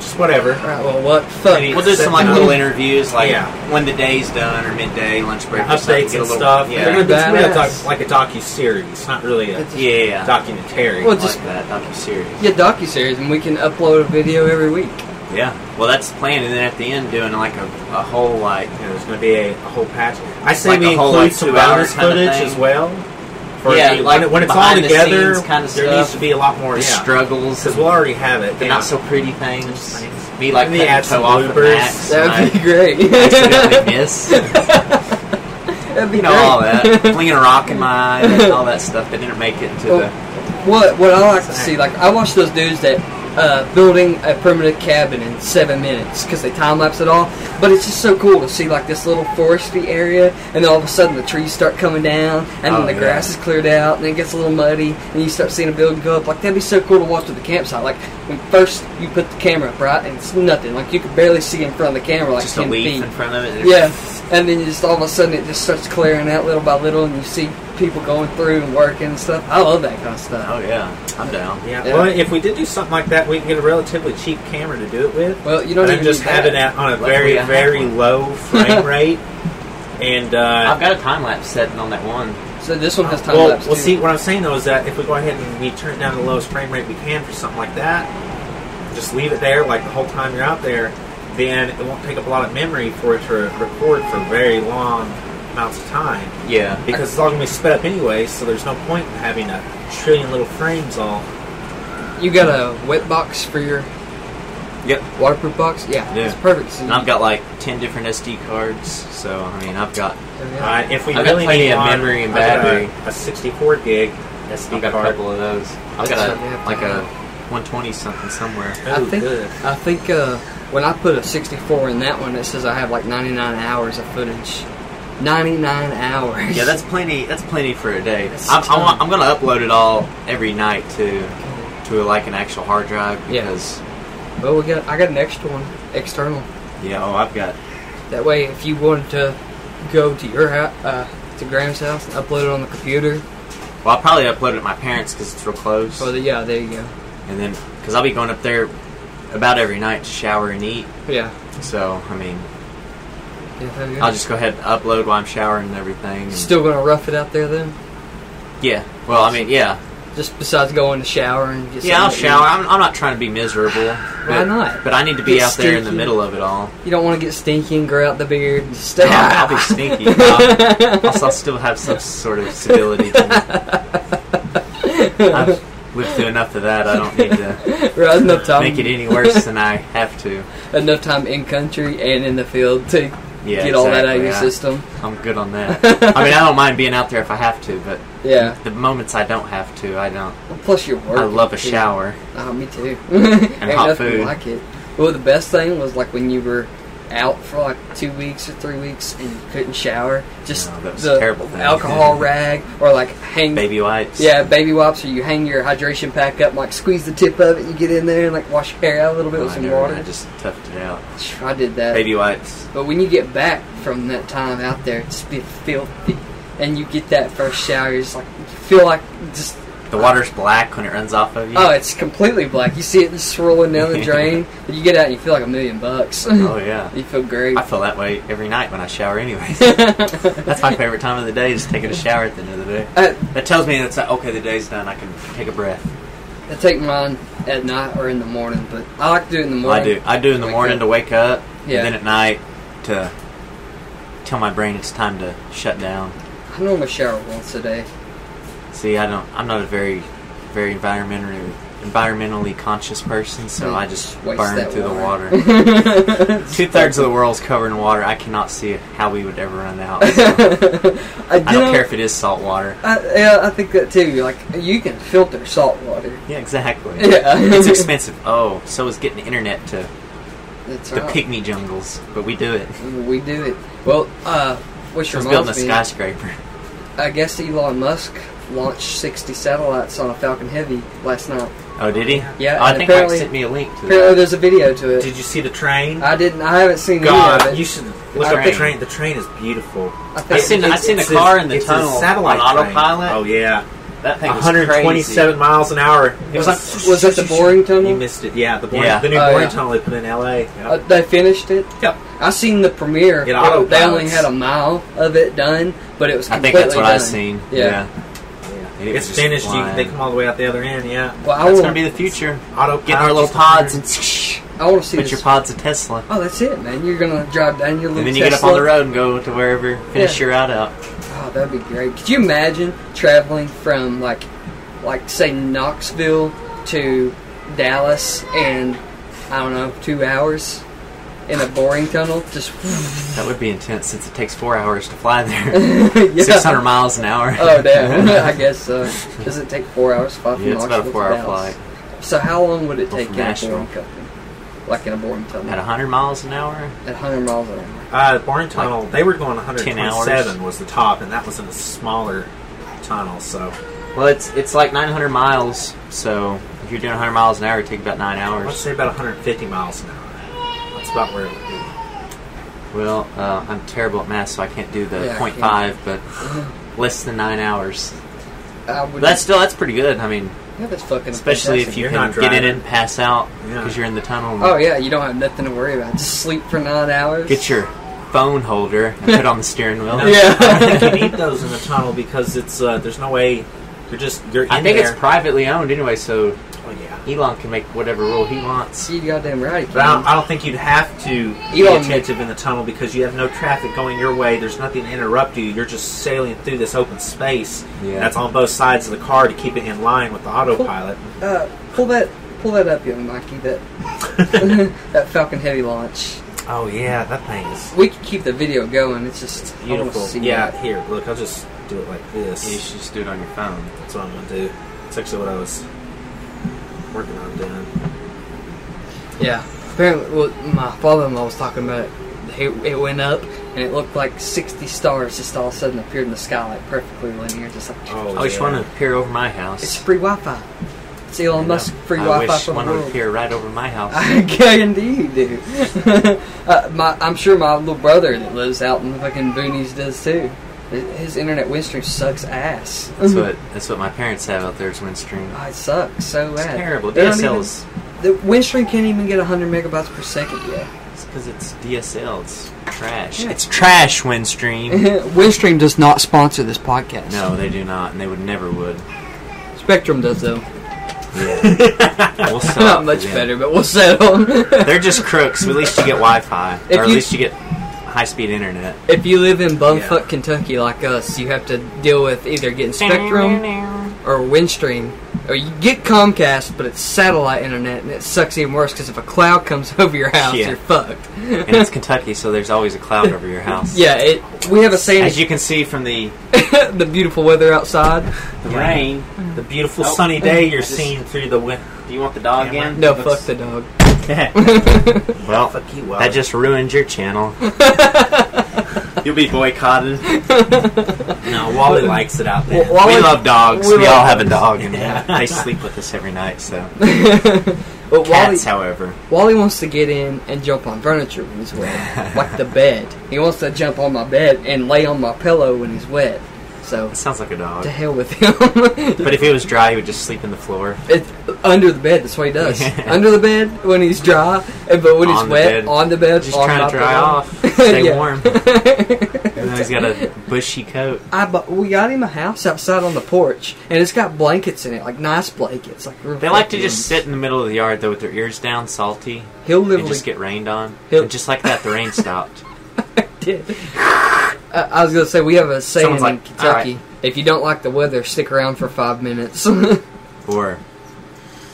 just whatever. All right, well, what fuck? Maybe- We'll do some like Yeah. little interviews, like Yeah. when the day's done or midday, lunch break, or something, get a Updates and little- stuff. Yeah, They're gonna be- it's gonna be a Badass. doc- like a docu series, not really a It's- yeah, yeah. documentary. Well, like just- that docu series. Yeah, docu series, and we can upload a video every week. Yeah. Well, that's the plan, and then at the end, doing like a, a whole like you know, there's going to be a, a whole patch. I say Like we a whole, include like, some two-hour bonus kinda footage thing. as well. For Yeah, the- when like it- when it's all behind the together, scenes kinda there stuff. needs to be a lot more. the Yeah, struggles, because we'll already have it. the yeah. not so pretty things. Nice. Me like Maybe cutting add some toe off at bloopers. Max. and I That'd be great. accidentally miss. That'd be You know great. all that, flinging a rock in my eye, and all that stuff that didn't make it into Well, the. What what I like to see, like I watch those dudes that uh, building a primitive cabin in seven minutes because they time lapse it all. But it's just so cool to see like this little foresty area, and then all of a sudden the trees start coming down, and Oh, then the yeah. grass is cleared out, and it gets a little muddy, and you start seeing a building go up. Like that'd be so cool to watch with the campsite. Like when first you put the camera up, right, and it's nothing. Like you could barely see in front of the camera, like Just a ten leaf feet. in front of it. and Yeah, and then you just all of a sudden it just starts clearing out little by little, and you see people going through and working and stuff. I love that kind of stuff. Oh yeah, I'm down. Yeah. Yeah. Well, if we did do something like that, we can get a relatively cheap camera to do it with. Well, you don't and even just need have that. it at, on a Luckily, very, I have very one. low frame rate. And uh, I've got a time lapse setting on that one. So this one has time well, lapse. well, too. see, what I'm saying though is that if we go ahead and we turn down the lowest frame rate we can for something like that, just leave it there like the whole time you're out there, then it won't take up a lot of memory for it to record for very long amounts of time Yeah. because it's all going to be sped up anyway. So there's no point in having a trillion little frames all. you got a wet box for your Yep. Waterproof box? Yeah. Yeah. It's perfect. So And I've got like ten different SD cards, so I mean I've got Uh, if we I've got really plenty need of one, memory and I've got battery. a, a 64 gig SD I've got a card. couple of those. I've That's got what you have a to like a have. 120 something somewhere. I Ooh, think good. I think uh, when I put a 64 in that one, it says I have like 99 hours of footage. 99 hours. Yeah, that's plenty. That's plenty for a day. That's I'm, I time. want, I'm gonna upload it all every night to to like an actual hard drive Yeah. because Well, we got I got an extra one external. yeah, oh I've got That way, if you wanted to go to your house, uh, to Graham's house, and upload it on the computer. well I'll probably upload it at my parents because it's real close Oh, the, yeah, there you go. and then because I'll be going up there about every night to shower and eat. Yeah. So I mean yeah there you go. I'll just go ahead and upload while I'm showering and everything. and- Still gonna rough it out there then. yeah. Well I mean yeah Just besides going to shower and get yeah I'll something to eat. shower. I'm, I'm not trying to be miserable. but- not? But I need to be Get out there in the stinky. middle of it all. You don't want to get stinky and grow out the beard. and Stay. I'll, I'll be stinky. I'll, I'll still have some sort of civility. To me. I've lived through enough of that. I don't need to Right, enough time. make it any worse than I have to. enough time in country and in the field to Yeah, get all that out of exactly, your yeah. system. I'm good on that. I mean, I don't mind being out there if I have to, but Yeah. the moments I don't have to, I don't. Plus, you're working. I love a too. shower. Oh, me too. and hot nothing food. like it. Well, the best thing was like when you were out for like two weeks or three weeks and you couldn't shower. Just No, that was the a terrible thing. alcohol rag or like hang Baby wipes. Yeah, baby wipes, or you hang your hydration pack up, and, like squeeze the tip of it. You get in there and like wash your hair out a little bit No, with Oh, I, some never- water. I just toughed it out. I did that. Baby wipes. But when you get back from that time out there, it's been filthy, and you get that first shower, you're just like you feel like just The water's black when it runs off of you. oh, it's completely black. You see it just swirling down the drain, and you get out and you feel like a million bucks. Oh, yeah. you feel great. I feel that way every night when I shower, anyways. That's my favorite time of the day, is taking a shower at the end of the day. I, That tells me that's like, okay, the day's done. I can take a breath. I take mine at night or in the morning, but I like to do it in the I morning. do. I do in the Wake morning up. to wake up, Yeah. and then at night to tell my brain it's time to shut down. I normally shower once a day. See, I don't. I'm not a very, very environmentally environmentally conscious person, so I just Hmm. Waste burn that through water. the water. Two thirds of the world's covered in water. I cannot see how we would ever run out. I, I don't care if it is salt water. I, yeah, I think that too. Like you can filter salt water. Yeah, exactly. Yeah. it's expensive. Oh, so is getting the internet to That's the right. pygmy jungles, but we do it. We do it. Well, uh, which Just reminds building a me, skyscraper. I guess Elon Musk launched 60 satellites on a Falcon Heavy last night. Oh, did he? Yeah, Oh, I and think Mike apparently- sent me a link to Apparently, that. there's a video to it. Did you see the train? I didn't. I haven't seen any God, of it. you should look Train. up the train. The train is beautiful. I think I seen I it's- seen a It's car in the it's tunnel satellite on train. autopilot. Oh yeah, that thing was 127 crazy. miles an hour. It was like was that the boring tunnel? You missed it. Yeah, the boring, Yeah. the new Oh, boring yeah. tunnel they put in LA. uh, Yep. they finished it. Yep. I seen the premiere. It Well, they only autopilots. had a mile of it done, but it was. I think Completely that's what done. I've seen. Yeah. Yeah. And it was It's just finished. You, flying. they come all the way out the other end. Yeah, Well, I That's want gonna be the future. autopilot. Get our little just up pods there. and I want to see put this. your pods a Tesla, Oh, that's it, man. You're gonna drive down your little. and then you get up on Tesla. the road and go to wherever. Finish Yeah. your route out. Oh, that'd be great. Could you imagine traveling from like, like say Knoxville to Dallas in I don't know two hours in a boring tunnel? Just That would be intense since it takes four hours to fly there, yeah. six hundred miles an hour. Oh damn! I guess so. Does it take four hours? to fly from Yeah, it's Knoxville about a four-hour to Dallas? flight So how long would it Well, take from in a Nashville. boring company? Like in a boring tunnel at hundred miles an hour. at 100 miles an hour. Uh, the boring tunnel. they were 10 going 127 was the top, and that was in a smaller tunnel. So Well, it's it's like nine hundred miles. So if you're doing hundred miles an hour, it take about nine let's hours. say about 150 miles an hour. That's about where it would be. Well, uh, I'm terrible at math, so I can't do the Yeah, I point can't. five, but less than nine hours. I would. But that's still that's pretty good. I mean, yeah, that's fucking. especially if fantastic. you You're can not get in driving. and pass out Yeah. because you're in the tunnel. and Oh yeah, you don't have nothing to worry about. Just sleep for nine hours. Get your phone holder and put it on the steering wheel. yeah. I think you need those in the tunnel because it's uh, there's no way you're just you're in I think there. it's privately owned anyway, so oh yeah. Elon can make whatever rule he wants. you goddamn right. you But I can. don't, I don't think you'd have to You be don't- attentive in the tunnel because you have no traffic going your way. There's nothing to interrupt you. You're just sailing through this open space Yeah. that's on both sides of the car to keep it in line with the autopilot. Uh, pull that pull that up, young Mikey. That that Falcon Heavy launch. Oh yeah, that thing is We can keep the video going. It's just I wanna beautiful. see yeah, that. here, look, I'll just do it like You this. should just do it on your phone. That's what I'm gonna do. It's actually what I was working on doing. Mm-hmm. Yeah. Apparently, well, my father-in-law was talking about it. it. It went up, and it looked like 60 stars just all of a sudden appeared in the sky, like perfectly linear, just like. I wish one would appear over my house. It's free Wi-Fi. It's Elon Musk free I Wi-Fi wish for one the would world. appear right over my house. I guarantee you do. uh, my, I'm sure my little brother that lives out in the fucking boonies does too. His internet windstream sucks ass. That's what that's what my parents have out there is Windstream. Oh, it sucks so It's bad. terrible. They don't DSL even- is the windstream can't even get 100 megabytes per second yet. because it's DSL. It's trash. Yeah. It's trash, Windstream. windstream does not sponsor this podcast. no, they do not, and they would never would. Spectrum does though. We'll sell out Not for much them. better, but we'll settle. They're just crooks. But at least you get Wi-Fi, If or at you- least you get high-speed internet. If you live in bumfuck Yeah. Kentucky like us, you have to deal with either getting Spectrum or Windstream, or you get Comcast, but it's satellite internet, and it sucks even worse because if a cloud comes over your house, Yeah. you're fucked. And it's Kentucky, so there's always a cloud over your house. Yeah, it, we have a saying: As you can see from the, the beautiful weather outside. the rain. The beautiful Oh. sunny day you're Just- seeing through the window. Do you want the dog Camera? in? No, fuck the dog. Well, Fuck you, that just ruined your channel. You'll be boycotted. no. Wally likes it out there. Well, Wally- we love dogs. we We, love all have a dog, and Yeah. they sleep with us every night. So But Wally, cats, however, Wally wants to get in and jump on furniture when he's wet, like the bed. He wants to jump on my bed and lay on my pillow when he's wet. So it sounds like a dog. to hell with him. But if he was dry, he would just sleep in the floor. It's under the bed. That's what he does. under the bed when he's dry, and but when On he's the wet, bed. on the bed, Just on trying my to dry pillow. off, stay Yeah. warm. and then he's got a bushy coat. I bu- we got him a house outside on the porch, and it's got blankets in it, like nice blankets. Like real They like to fucking- just sit in the middle of the yard though, with their ears down, salty, He'll literally and just get rained on. He'll- And just like that, the rain stopped. I, I was gonna say we have a saying Someone's in like, Kentucky: if you don't like the weather, stick around for five minutes. yeah, Or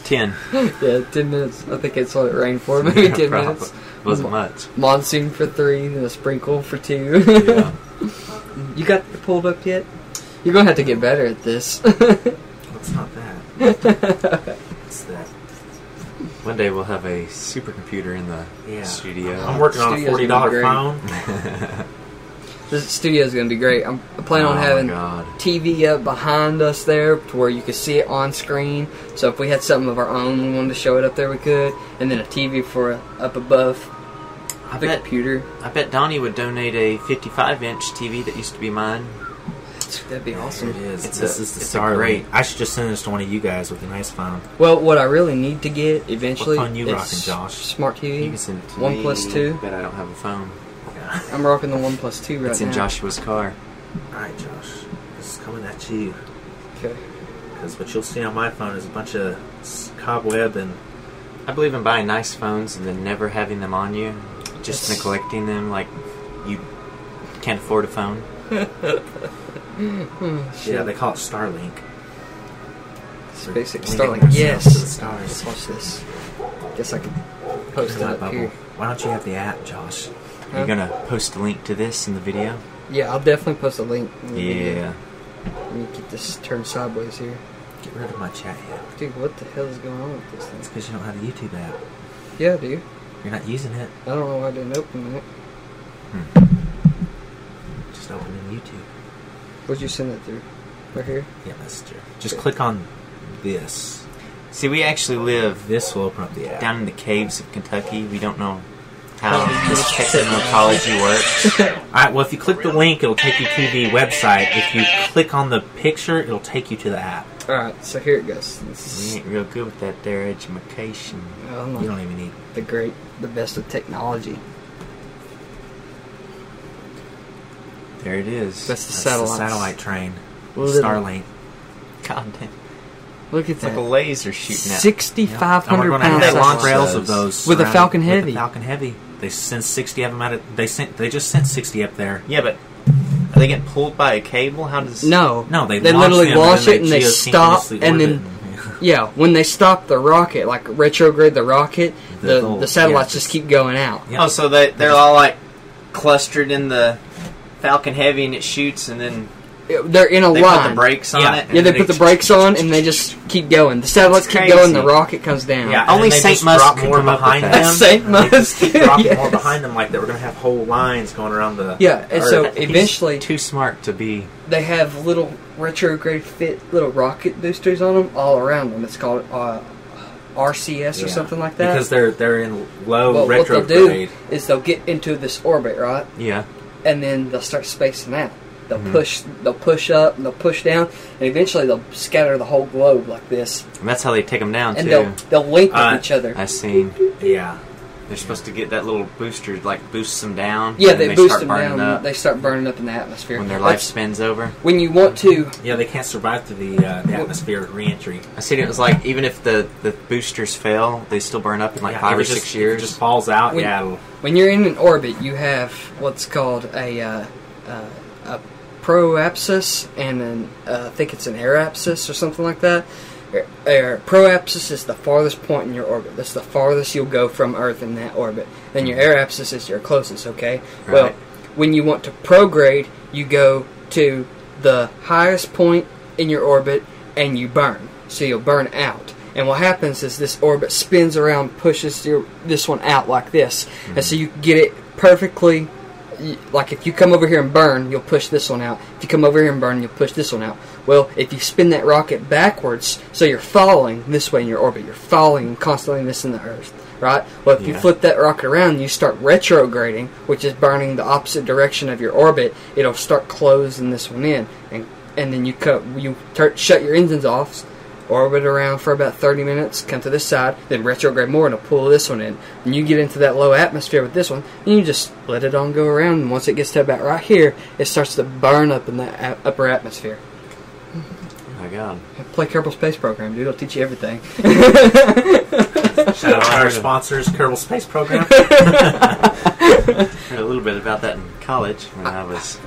ten. ten minutes. I think that's what it rained for. Maybe ten Probably. minutes. Wasn't much. Monsoon for three, then a sprinkle for two. Yeah. you got it pulled up yet? You're gonna have to get better at this. It's not that. it's that. One day we'll have a supercomputer in the Yeah. studio. I'm working on a Studio's forty gonna be dollar great. phone. This studio is going to be great. I'm I plan oh on my having God. TV up behind us there to where you can see it on screen. So if we had something of our own we wanted to show it up there, we could. And then a TV for up above I the bet, computer. I bet Donnie would donate a 55 inch TV that used to be mine. That'd be It awesome. is. It's this a- is the it's a Starlink. great- I should just send this to one of you guys with a nice phone. Well, what I really need to get eventually What phone you is rocking, Josh? smart TV. You can send it to one me, plus two. But I don't have a phone. I'm rocking the one plus two right It's now. in Joshua's car. All right, Josh. This is coming at you Okay. because what you'll see on my phone is a bunch of s- cobweb and I believe in buying nice phones and then never having them on you, just Yes. neglecting them like you can't afford a phone. yeah, they call it Starlink. It's basic Linking Starlink. ourselves to the Yes. stars. Let's watch this. Guess I can post it My up bubble. here. Why don't you have the app, Josh? Are you gonna post a link to this in the video? Yeah, I'll definitely post a link. in the video. Yeah. Let me get this turned sideways here. Get rid of my chat app. Dude, what the hell is going on with this thing? It's because you don't have the YouTube app. Yeah, dude. You're not using it. I don't know why I didn't open it. Just open in YouTube. What'd you send it through? Right here? Yeah, Messenger. Just click on this. See, we actually live This will open up the app. down in the caves of Kentucky. We don't know how Ah, this technology works. All right. Well, if you click the link, it'll take you to the website. If you click on the picture, it'll take you to the app. Alright, so here it goes. This We is, ain't real good with that there education. I'm You don't like even need. the great, the best of technology. There it is. That's the That's satellite. the satellite train. Little- Starlink. God damn. Look at It's like a that. laser shooting at. 6,500 And we're pounds. gonna have They of launch long satellite. rails of those With a surrounding- Falcon with Heavy. the Falcon Heavy. They sent sixty of them out. Of, they sent. They just sent sixty up there. Yeah, but are they getting pulled by a cable? How does No. No, they They launch literally them, launch and then it and they stop geosyncronously and then orbit. Yeah, when they stop the rocket, like retrograde the rocket, The the, little- the satellites yeah, just keep going out. Yeah. Oh, so they they're all like clustered in the Falcon Heavy, and it shoots, and then Yeah, They're in a they put line. the brakes on Yeah. it. and yeah, they then put the brakes on and they just keep going. The satellites That's keep going. crazy. The rocket comes down. Yeah, and Only then they Saint just Musk drop could more come up with behind that. them. Saint and they just Musk, keep dropping more yes. behind them, like that. We're gonna have whole lines going around the Yeah, and so Earth. He's eventually too smart to be. they have little retrograde fit little rocket boosters on them all around them. It's called uh, RCS or Yeah. something like that. because they're they're in low But what they'll retrograde. do is they'll get into this orbit, right? Yeah. and then they'll start spacing out. They'll Mm-hmm. push, they'll push up, and they'll push down, and eventually they'll scatter the whole globe like this, And that's how they take them down and too. they'll they'll link with Uh, each other. I seen. Yeah, They're supposed to get that little booster, like boosts them down. yeah, and they, they boost start them burning down. up They start burning up in the atmosphere. when their life That's- spins over. When you want to, yeah, they can't survive through the, uh, the atmosphere reentry. I seen it was like even if the the boosters fail, they still burn up in like Yeah, five if or it just- six if it years. just falls out. When- yeah, it'll- when you're in an orbit, you have what's called a uh, uh, a proapsis and an uh, I think it's an aerapsis or something like that. Air- air- Proapsis is the farthest point in your orbit. That's the farthest you'll go from Earth in that orbit. Then your aerapsis is your closest. Okay. Well, Right. when you want to prograde, you go to the highest point in your orbit and you burn. So you'll burn out. And what happens is this orbit spins around, pushes your, this one out like this. And so you get it perfectly. y- Like if you come over here and burn, you'll push this one out. If you come over here and burn, you'll push this one out. Well, if you spin that rocket backwards, so you're falling this way in your orbit, you're falling constantly missing the Earth, right? Well, if you Yeah. flip flip that rocket around, you start retrograding, which is burning the opposite direction of your orbit. It'll start closing this one in, and and then you cut you tur shut your engines off, orbit around for about 30 minutes, come to this side, then retrograde more, and it'll pull this one in. And you get into that low atmosphere with this one, and you just let it on go around. And once it gets to about right here, it starts to burn up in the a- upper atmosphere. oh my god! Play Kerbal Space Program, dude. It'll teach you everything. shout out to our sponsors, Kerbal Space Program. I heard a little bit about that in college when I was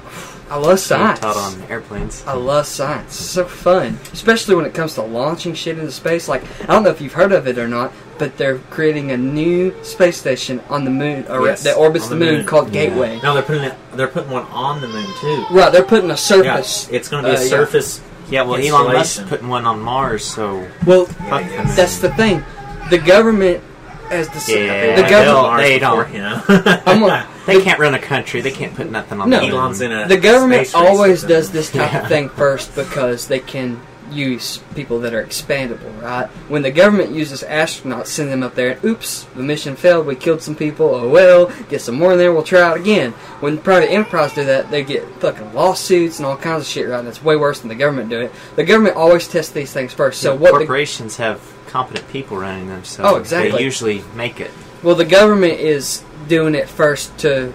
I love being science. taught on airplanes. I love science. It's so fun, especially when it comes to launching shit into space. Like I don't know if you've heard of it or not, but they're creating a new space station on the moon or Yes, that orbits the on the moon, moon. called Yeah. Gateway. no, they're putting it, they're putting one on the moon too. Right, they're putting a Yeah, surface. it's going to be uh, a yeah. surface. Yeah, well, Elon Musk's putting one on Mars, so Well, Yeah, yeah. that's the thing. The government has decided. Yeah, the government. they'll- they before, don't. You know? I'm gonna- they can't run a country. They can't put nothing on No. the moon. Elon's in a the government space race always with them. does this type Yeah. of thing first because they can use people that are expandable, right? When the government uses astronauts, send them up there, and oops, the mission failed, we killed some people, oh well, get some more in there, we'll try it again. When private enterprise do that, they get fucking lawsuits and all kinds of shit, right? And it's way worse than the government do it. The government always tests these things first. So what the corporations have competent people running them, so Oh, exactly. they usually make it. Well, the government is doing it first to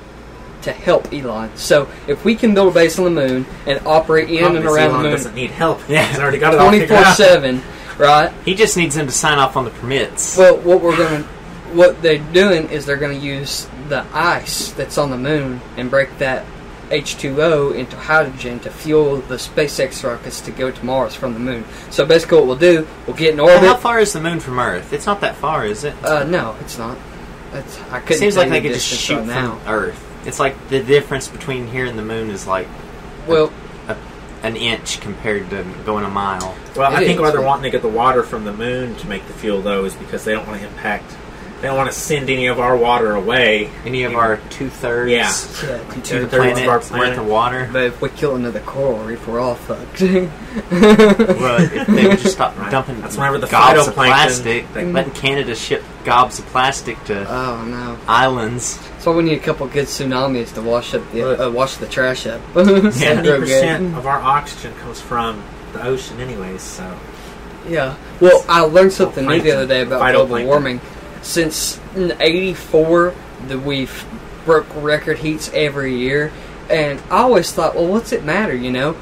to help Elon. So if we can build a base on the moon and operate in and Obviously, around Elon the moon doesn't need help. Yeah. he's already got it all twenty figured four out. seven, right? He just needs them to sign off on the permits. Well, what we're gonna, what they're doing is they're gonna use the ice that's on the moon and break that H two O into hydrogen to fuel the SpaceX rockets to go to Mars from the moon. So basically, what we'll do, we'll get in Well, how orbit. far is the moon from Earth? It's not that far, is it? Uh, no, it's not. It's, I it couldn't. seems like tell they you the could just distance shoot right now. from Earth. It's like the difference between here and the moon is like Well, a, an inch compared to going a mile. Well, I It is. think why they're wanting to get the water from the moon to make the fuel though is because they don't want to impact. They don't want to send any of our water away. Any of our two thirds, Yeah. yeah, Two two- thirds of our planets worth planet. of water. But if we kill another coral reef, we're all fucked. Oh, Well, if they would just stop Right. dumping That's whenever the gobs of phytoplankton- plastic, they- letting Canada ship gobs of plastic to Uh, oh no! islands. So we need a couple good tsunamis to wash up Look. the uh, wash the trash up. Seventy Real good. percent of our oxygen comes from the ocean, anyways. So Yeah. Well, I learned something new the Phytoplankton. other day about global Phytoplankton. warming. Since '84, that we've broke record heats every year, and I always thought, well, what's it matter? You know,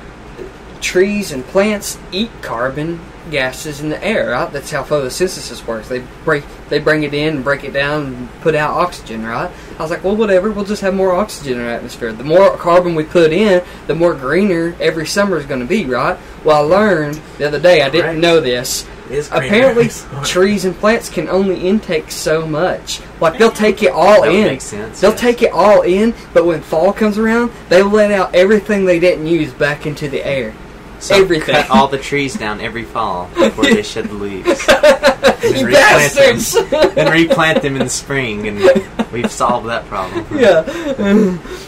trees and plants eat carbon gases in the air. Right? That's how photosynthesis works. They break, they bring it in, break it down, and put out oxygen. Right? I was like, well, whatever. We'll just have more oxygen in our atmosphere. The more carbon we put in, the more greener every summer is going to be. Right? Well, I learned the other day. I didn't Correct. know this. is greener. apparently trees and plants can only intake so much. Like they'll take it all That would in. make sense, they'll yes. take it all in, but when fall comes around, they let out everything they didn't use back into the air. So Everything. Cut all the trees down every fall before they shed the leaves. And You replant them- bastards! and replant them in the spring, and um, we've solved that problem. yeah,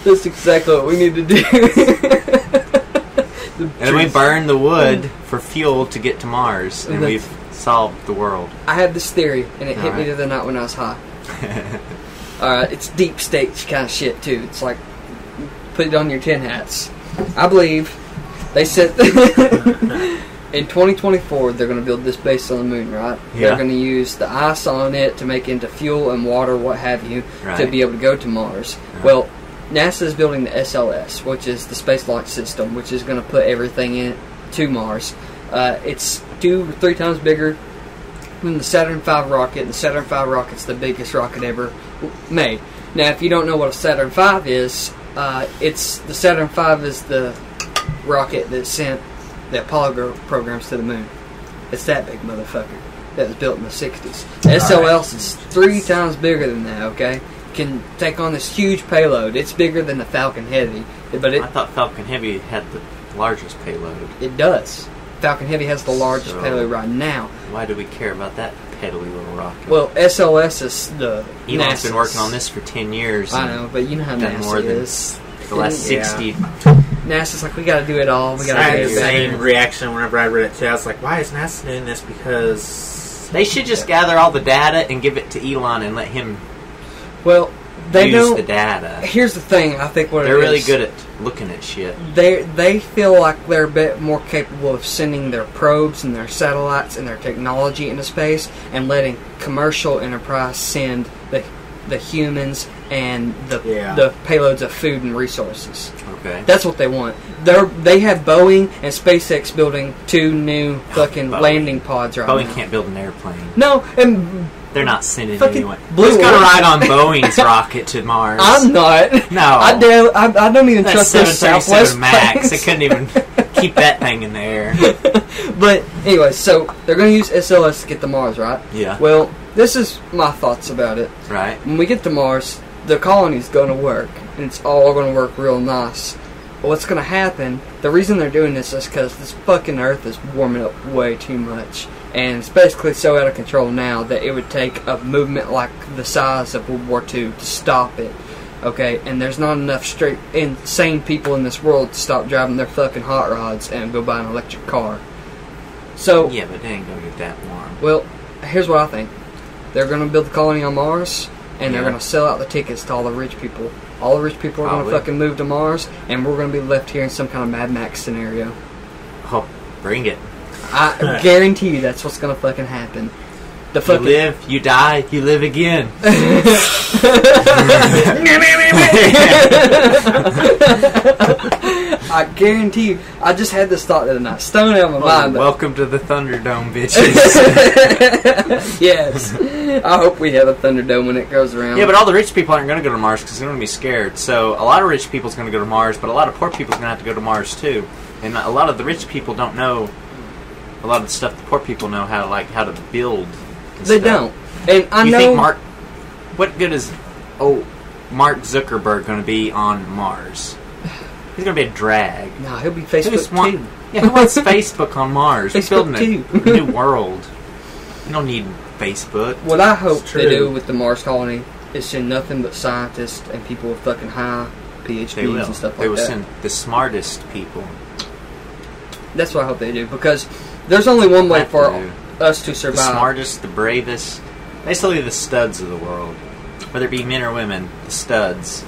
that's exactly what we need to do. The And we trees. burn the wood for fuel to get to Mars, and That's- we've solved the world. I had this theory, and it hit me Alright. to the night when I was high. Alright, it's deep state kind of shit, too. It's like, put it on your tin hats. I believe they said in 2024 they're going to build this base on the moon, right? Yeah. They're going to use the ice on it to make into fuel and water, what have you, to Right. be able to go to Mars. Well, NASA is building the SLS, which is the Space Launch System, which is going to put everything in to Mars. Uh, it's two or three times bigger than the Saturn V rocket. The Saturn V rocket's the biggest rocket ever made. Now, if you don't know what a Saturn V is, uh, it's the Saturn V is the rocket that sent the Apollo gro- programs to the moon. It's that big motherfucker that was built in the 60s. The SLS is three times bigger than that, okay? Can take on this huge payload. It's bigger than the Falcon Heavy, but it, I thought Falcon Heavy had the largest payload. it does. Falcon Heavy has the largest So- payload right now. Why do we care about that peddly little rocket? Well, SLS is the. Elon's NASA's. been working on this for ten years. I and know, but you know how Done NASA more than is. the last Yeah. sixty. NASA's like, we gotta do it all. We I gotta had do the it better. same reaction whenever I read it too. I was like, why is NASA doing this? Because They should just gather all the data and give it to Elon and let him Well, they use don't. the data. Here's the thing. I think what They're it really is, good at looking at shit. They they feel like they're a bit more capable of sending their probes and their satellites and their technology into space and letting commercial enterprise send the the humans and the Yeah. the payloads of food and resources. Okay. That's what they want. They're they have Boeing and SpaceX building two new fucking Boeing. landing pods right Boeing now. can't build an airplane. No, and They're not sending Fucking anyone. Blue Who's gonna Origin. ride on Boeing's rocket to Mars? I'm not. No. I, do, I, I don't even That's trust those Southwest 737 Max. They planes. couldn't even keep that thing in the air. But anyway, so they're going to use SLS to get to Mars, right? Yeah. Well, this is my thoughts about it. Right. When we get to Mars, the colony's going to work, and it's all going to work real nice. But what's going to happen? The reason they're doing this is because this fucking Earth is warming up way too much, and it's basically so out of control now that it would take a movement like the size of World War II to stop it. Okay, and there's not enough straight insane people in this world to stop driving their fucking hot rods and go buy an electric car. So Yeah, but it ain't gonna get that warm. well, here's what I think. They're going to build the colony on Mars, and they're Yeah. going to sell out the tickets to all the rich people. All the rich people are going Probably. to fucking move to Mars, and we're going to be left here in some kind of Mad Max scenario. Oh, bring it. I guarantee you that's what's going to fucking happen. The You fucking live, you die, you live again. I guarantee you. I just had this thought the other night. Stone out of Oh, my mind. but- Welcome to the Thunderdome, bitches. yes. I hope we have a Thunderdome when it goes around. yeah, but all the rich people aren't gonna go to Mars because they're gonna be scared. So a lot of rich people's gonna go to Mars, but a lot of poor people's gonna have to go to Mars too. And a lot of the rich people don't know a lot of the stuff the poor people know how to like how to build. and they stuff. don't. And I you know. think Mark? What good is oh Mark Zuckerberg going to be on Mars? He's going to be a drag. no, he'll be Who Facebook just want- too. Yeah, who wants Facebook on Mars? We're Facebook building a too. new world. You don't need Facebook. What I hope It's they true. do with the Mars colony is send nothing but scientists and people with fucking high PhDs They will. and stuff they like will that. send the smartest people. That's what I hope they do because there's only one way Have for to. us to The survive. smartest, the bravest. Basically, the studs of the world. Whether it be men or women, the studs.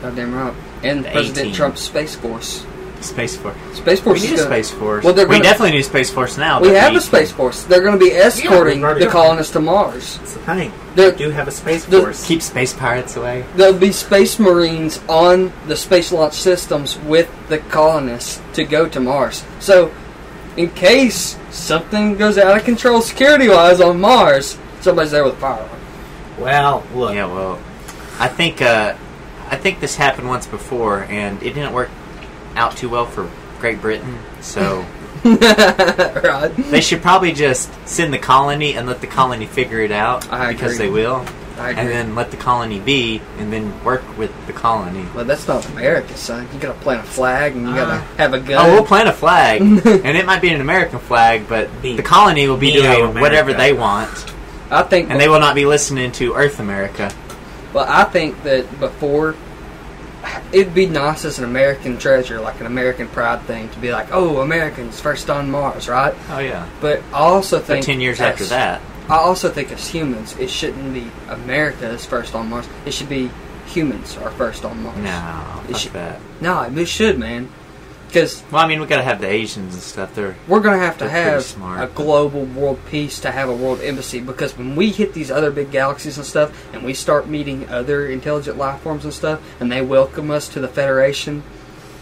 Goddamn right. And The President 18. Trump's space force. Space Force. Space We force. is need a gonna- Space Force. Well, they're we gonna- definitely need a Space Force now. We but have a need- space force. They're going to be escorting already the got it. colonists to Mars. it's the thing. They're- They do have a space they're- force. Keep space pirates away. There'll be space marines on the space launch systems with the colonists to go to Mars. So, in case something goes out of control security wise on Mars, somebody's there with a firearm. well, look. Yeah, well, I think uh, I think this happened once before, and it didn't work out too well for Great Britain. So right. They should probably just send the colony and let the colony figure it out I because agree. they will, I agree. and then let the colony be, and then work with the colony. well, that's not America, son. You gotta plant a flag and you gotta Uh, have a gun. Oh, we'll plant a flag, and it might be an American flag, but Be- the colony will be Neo doing whatever America. they want, I think. and they will not be listening to Earth America. Well, I think that before it'd be nice as an American treasure, like an American pride thing, to be like, "Oh, Americans first on Mars," right? Oh yeah. But I also But think ten years as- after that, I also think as humans, it shouldn't be America is first on Mars. It should be humans are first on Mars. no, It fuck should- that. No, it should, man. Because Well, I mean, we gotta have the Asians and stuff. They're we're going to have to They're pretty have smart. a global world peace to have a world embassy because when we hit these other big galaxies and stuff and we start meeting other intelligent life forms and stuff and they welcome us to the federation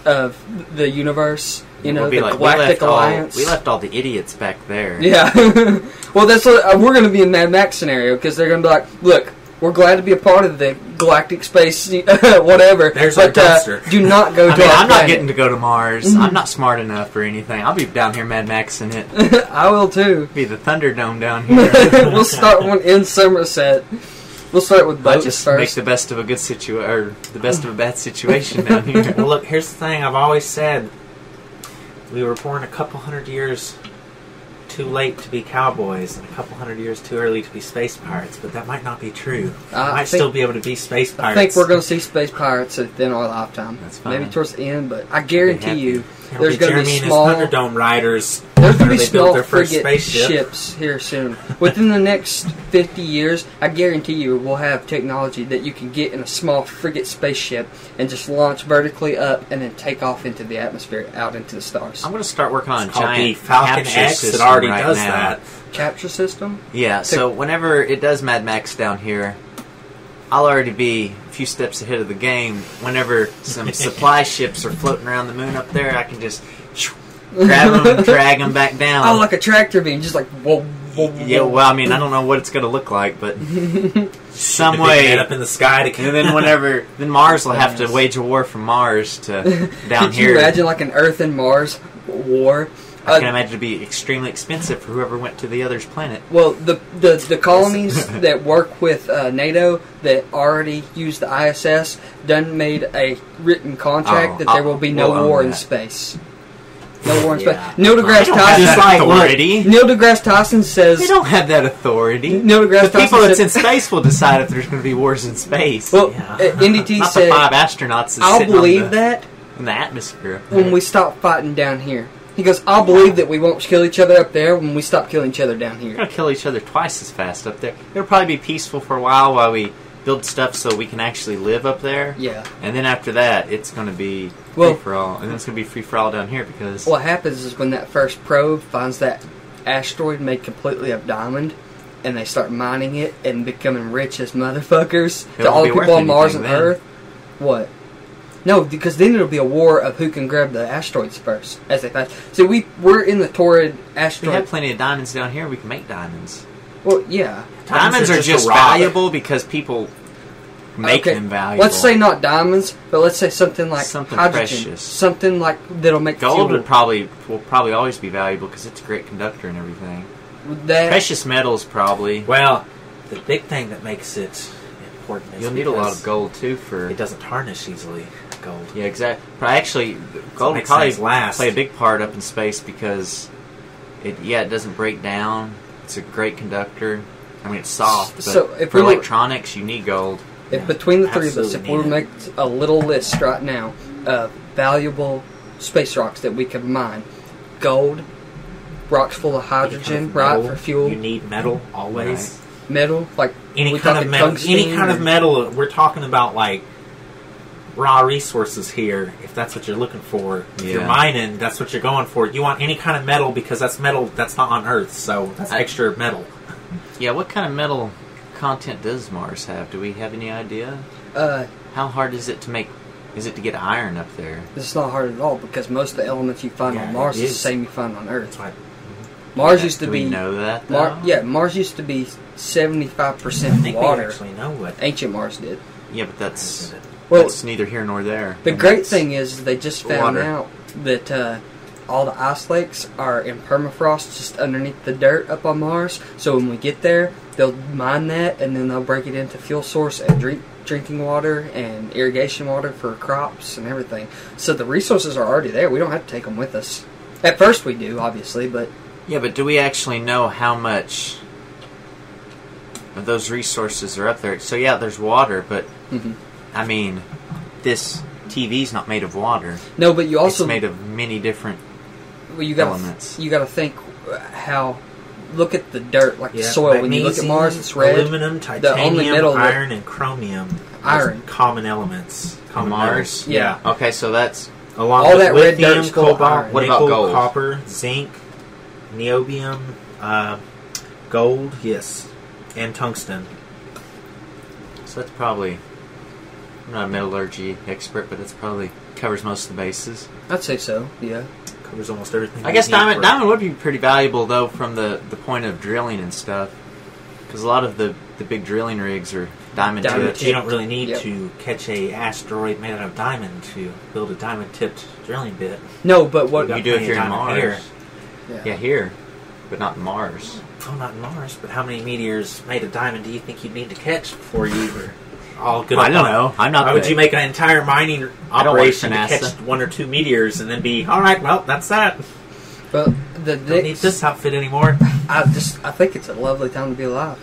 of the universe you know we'll be the like, galactic we left alliance All, we left all the idiots back there. yeah well that's what uh, we're going to be in mad max scenario because they're going to be like look we're glad to be a part of the galactic space whatever There's our but uh, dumpster. do not go I to mean, our I'm not planet. getting to go to Mars. I'm not smart enough or anything. I'll be down here Mad Maxing it. i will too Be the Thunderdome down here. we'll start one in Somerset. We'll start with I boats just make first. the best of a good situ or the best of a bad situation down here. Well, look, here's the thing I've always said we were born a couple hundred years too late to be cowboys and a couple hundred years too early to be space pirates, but that might not be true. We I might think- still be able to be space I pirates. think we're going to see space pirates within our lifetime. That's fine. Maybe towards the end, but I guarantee happy. you, It'll there's be going to Jeremy be and his small, Thunderdome riders. there's going to after be they small build their first frigate spaceship. ships here soon. within the next 50 years, I guarantee you, we'll have technology that you can get in a small frigate spaceship and just launch vertically up and then take off into the atmosphere, out into the stars. I'm gonna start working on a It's called the giant Falcon capture X that system already right does now. that. Capture system. Yeah. So whenever it does Mad Max down here, I'll already be a few steps ahead of the game. Whenever some supply ships are floating around the moon up there, I can just grab them, drag them back down. Oh, like a tractor beam, just like whoa, whoa, whoa. Um, Yeah, well, I mean, I don't know what it's going to look like, but some Big head way. up in the sky to And then whenever, then Mars will have to wage a war from Mars to down Could here. you imagine like an Earth and Mars war? I can Uh, imagine it'd be extremely expensive for whoever went to the other's planet. well, the the, the colonies that work with uh, NATO that already use the ISS done made a written contract Oh, that there I'll- will be no we'll own war in that. space. No war in Yeah. space. Neil They deGrasse don't have Tyson. that like, look, authority. Neil deGrasse Tyson says. They don't have that authority. Neil deGrasse the people Tyson that's said- in space will decide if there's going to be wars in space. Well, Yeah. uh, NDT Not the said, five astronauts. that's "I'll sitting on believe the- that in the atmosphere. up when there. we stop fighting down here." He goes, "I'll believe that we won't kill each other up there when we stop killing each other down here." We're gonna kill each other twice as fast up there. It'll probably be peaceful for a while while we build stuff so we can actually live up there. Yeah. And then after that, it's gonna be free Well- for all, and then it's gonna be free for all down here because What happens is when that first probe finds that asteroid made completely of diamond, and they start mining it and becoming rich as motherfuckers It to won't all the be worth people on Mars and anything then. Earth. What? No, because then it'll be a war of who can grab the asteroids first as they pass. So we we're in the torrid we have asteroid. plenty of diamonds down here. We can make diamonds. Well, yeah. Diamonds, are, a just, rock. valuable because people make Okay, them valuable. Let's say not diamonds, but let's say something like Something hydrogen, precious. something like that'll make gold fuel. would probably will probably always be valuable because it's a great conductor and everything. that Precious metals probably. Well, the big thing that makes it important is You'll need a lot because of gold too for It doesn't tarnish easily. Gold. Yeah, exactly. But actually, gold will makes probably things last. play a big part up in space because it yeah it doesn't break down. It's a great conductor. I mean, it's soft. But So, if for we were- electronics, you need gold. If between the three of us, if Absolutely we were to need make a little list right now of valuable space rocks that we could mine, gold, rocks full of hydrogen, right for You fuel, need metal always. metal, like Any we kind talking of metal. Any tungsten kind of or- metal. We're talking about like raw resources here. If that's what you're looking for, if you're Yeah. mining, that's what you're going for. You want any kind of metal because that's metal that's not on Earth, so that's I- extra metal. Yeah, what kind of metal content does Mars have? Do we have any idea? Uh, How hard is it to make? Is it to get iron up there? it's not hard at all because most of the elements you find Yeah, on Mars it is. the is. same you find on Earth. That's why Mars Yeah, used to do be We know that. Mar- though? yeah, Mars used to be seventy five I percent think we water. actually know what. Ancient Mars did. Yeah, but that's Well, that's neither here nor there. The great thing is they just found Water. out that uh, all the ice lakes are in permafrost just underneath the dirt up on Mars. So when we get there, they'll mine that and then they'll break it into fuel source and drink drinking water and irrigation water for crops and everything. So the resources are already there. We don't have to take them with us. At first we do, obviously, but Yeah, but do we actually know how much of those resources are up there? So yeah, there's water, but Mhm. I mean, this TV's not made of water. no, but you also it's made of many different. well, you got elements. you got to think how look at the dirt like the Yeah, soil when you look at magnesium, Mars it's red aluminum, titanium, only metal that- iron, and chromium. Those Iron. common elements. Common Mars? metals. yeah. Okay, so that's Along All with that red lithium, dirt's full of cobalt, iron. What about nickel, gold? copper, zinc, niobium, uh, gold, yes, and tungsten. so that's probably. I'm not a metallurgy expert, but that's probably covers most of the bases. I'd say so yeah Covers almost everything. I we guess need diamond for- diamond would be pretty valuable though from the, the point of drilling and stuff, because a lot of the, the big drilling rigs are Diamond diamond, tipped. tipped. You don't really need Yep. to catch a asteroid made out of diamond to build a diamond tipped drilling bit. no but what got You do if plenty of you're in diamond Mars. here. Yeah, here, but not Mars. Well, not Mars, but how many meteors made of diamond do you think you'd need to catch before you were all good? I don't enough? know. I'm not. Why would the- you make an entire mining I don't work operation for to catch NASA. one or two meteors and then be all right? Well, that's that. but the Don't need dicks, this outfit anymore. I just I think it's a lovely time to be alive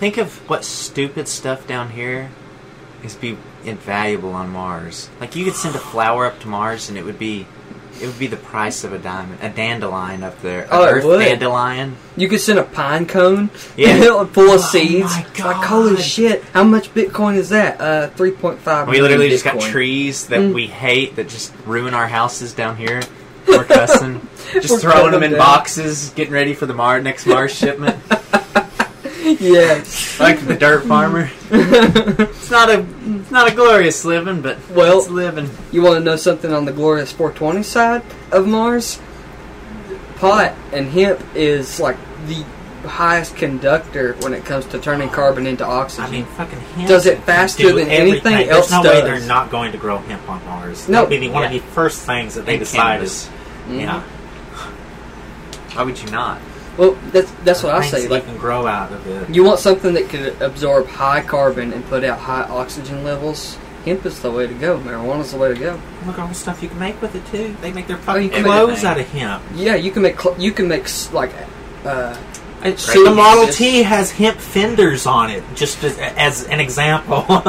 think of what stupid stuff down here is be invaluable on Mars? Like you could send a flower up to Mars and it would be, it would be the price of a diamond, a dandelion up there, an Oh, it Earth would. dandelion. You could send a pine cone Yeah. full Oh of seeds. my Like, holy God. shit, how much Bitcoin is that? Uh, 3.5 We literally just got Bitcoin. trees that Mm. we hate that just ruin our houses down here. We're cussing, just We're throwing cutting them in them down. boxes, getting ready for the Mar- next Mars shipment. Yeah. like the dirt farmer. It's not a, it's not a glorious living, but Well- it's living. you want to know something on the glorious 420 side of Mars? Pot and hemp is like the highest conductor when it comes to turning carbon into oxygen. I mean, fucking hemp. Does it faster do than anything everything. else There's no way does. they're not going to grow hemp on Mars. No. That'd be the- one Yeah. of the first things that they And decide cannabis. is, yeah, Mm-hmm. Why would you not? well, that's that's what I things say. that you Like, can grow out of it. you want something that could absorb high carbon and put out high oxygen levels. Hemp is the way to go. Marijuana's the way to go. Look at all the stuff you can make with it too. They make their fucking Oh, can make clothes everything. out of hemp. Yeah, you can make cl- you can make s- like uh, It's Right. the Model It's- T has hemp fenders on it, just as, as an example.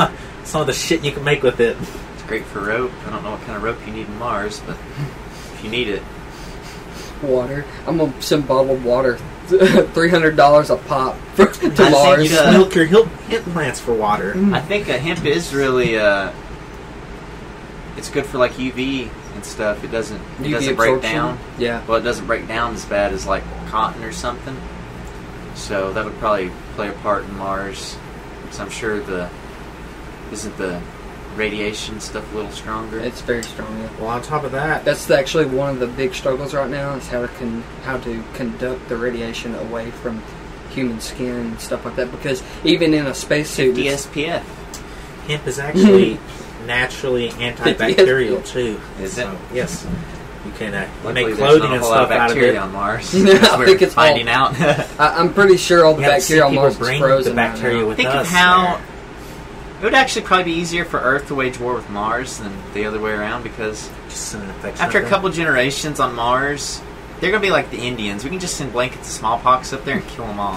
Some of the shit you can make with it. It's great for rope. I don't know what kind of rope you need in Mars, but if you need it, water. I'm gonna send bottled water, three hundred dollars a pop for, to think Mars. you'd, uh, Milk your hemp, hemp plants for water. I think uh, hemp is really uh, it's good for like UV and stuff. It doesn't it UV doesn't break absorption. down. Yeah, Well, it doesn't break down as bad as like cotton or something. So that would probably play a part in Mars. Because I'm sure the isn't the radiation stuff a little stronger. it's very strong. Yeah. Well, on top of that, That's actually one of the big struggles right now is how to con- how to conduct the radiation away from human skin and stuff like that. Because even in a spacesuit, it's- DSPF. hemp is actually naturally antibacterial too. Is it? So, yes. You can uh, Luckily, make there's clothing not a and whole lot stuff out of bacteria it. on Mars. Yeah, That's I we're think it's all- finding out. I- I'm pretty sure all the We haven't seen bacteria on people Mars is bring frozen. the bacteria right now. with Think of us how there. it would actually probably be easier for Earth to wage war with Mars than the other way around because Just an infection after of a it. couple generations on Mars, they're gonna be like the Indians. We can just send blankets of smallpox up there and kill them all.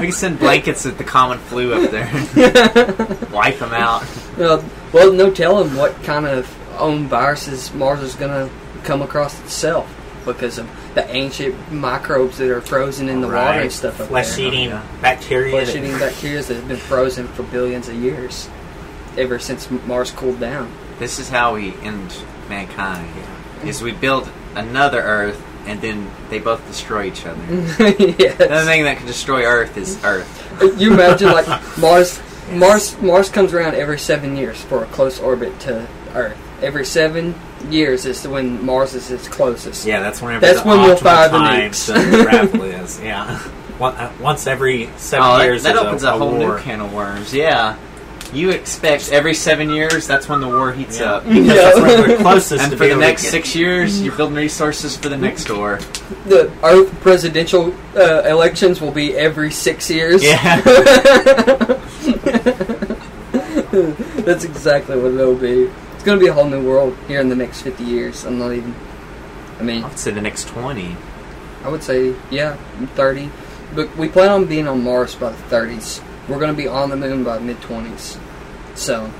we can send blankets of the common flu up there, wipe them out. Uh, well, no telling what kind of own viruses Mars is going to come across itself because of the ancient microbes that are frozen in the water Right. and stuff. up Flesh there. eating bacteria. that- flesh eating bacteria that have been frozen for billions of years, ever since Mars cooled down. This is how we end mankind. Is we build another Earth and then they both destroy each other. Another yes. thing that can destroy Earth is Earth. You imagine like Mars, Mars, Mars comes around every seven years for a close orbit to Earth. Every seven years is when Mars is its closest. Yeah, that's whenever That's the when we'll optimal fire the time nukes. to travel is. Yeah, One- uh, once every seven Oh, that, years. that is opens a, whole war. new can of worms. Yeah. you expect every seven years that's when the war heats Yeah. up. Because that's where we're closest And to for the being able to next get- six years, you're building resources for the next war. The our presidential uh, elections will be every six years. Yeah. That's exactly what it'll be. It's gonna be a whole new world here in the next fifty years. I'm not even. I mean, I'd say the next 20. I would say yeah, thirty. But we plan on being on Mars by the thirties. We're gonna be on the moon by mid twenties. So,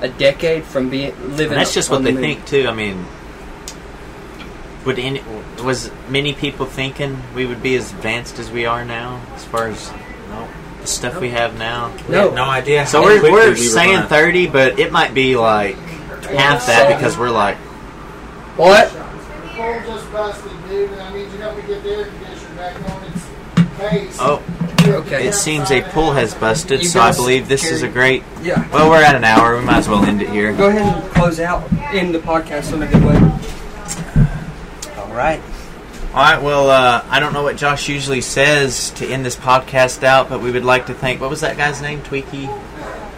a decade from being living. And that's just what on they the moon. think, too. I mean, would any, was many people thinking we would be as advanced as we are now, as far as No, the stuff we have now? we had No. no idea. So how we're, quickly we're we saying gonna- 30, but it might be like half that because we're like, What? Phone just busted, dude, and I need you to help me get the air conditioner back on its base. oh, Okay. it seems a pool has busted, You so I guys believe this is a carry- great. Yeah. Well, we're at an hour. We might as well end it here. Go ahead and close out in the podcast in a good way. All right. All right. Well, uh, I don't know what Josh usually says to end this podcast out, but we would like to thank what was that guy's name? Tweaky.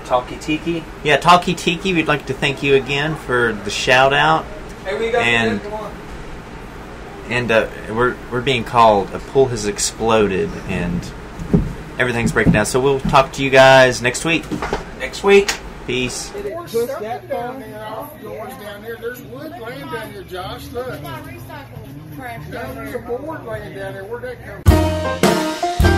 Talkie Tiki. Yeah, Talkie Tiki. We'd like to thank you again for the shout out, Hey, we got- And- and uh, we're we're being called. A pool has exploded, and everything's breaking down. So we'll talk to you guys next week. Next week. Peace. There's something down there, off doors down there, there's wood laying down here, Josh, look. There's a board laying down there, where'd that come from?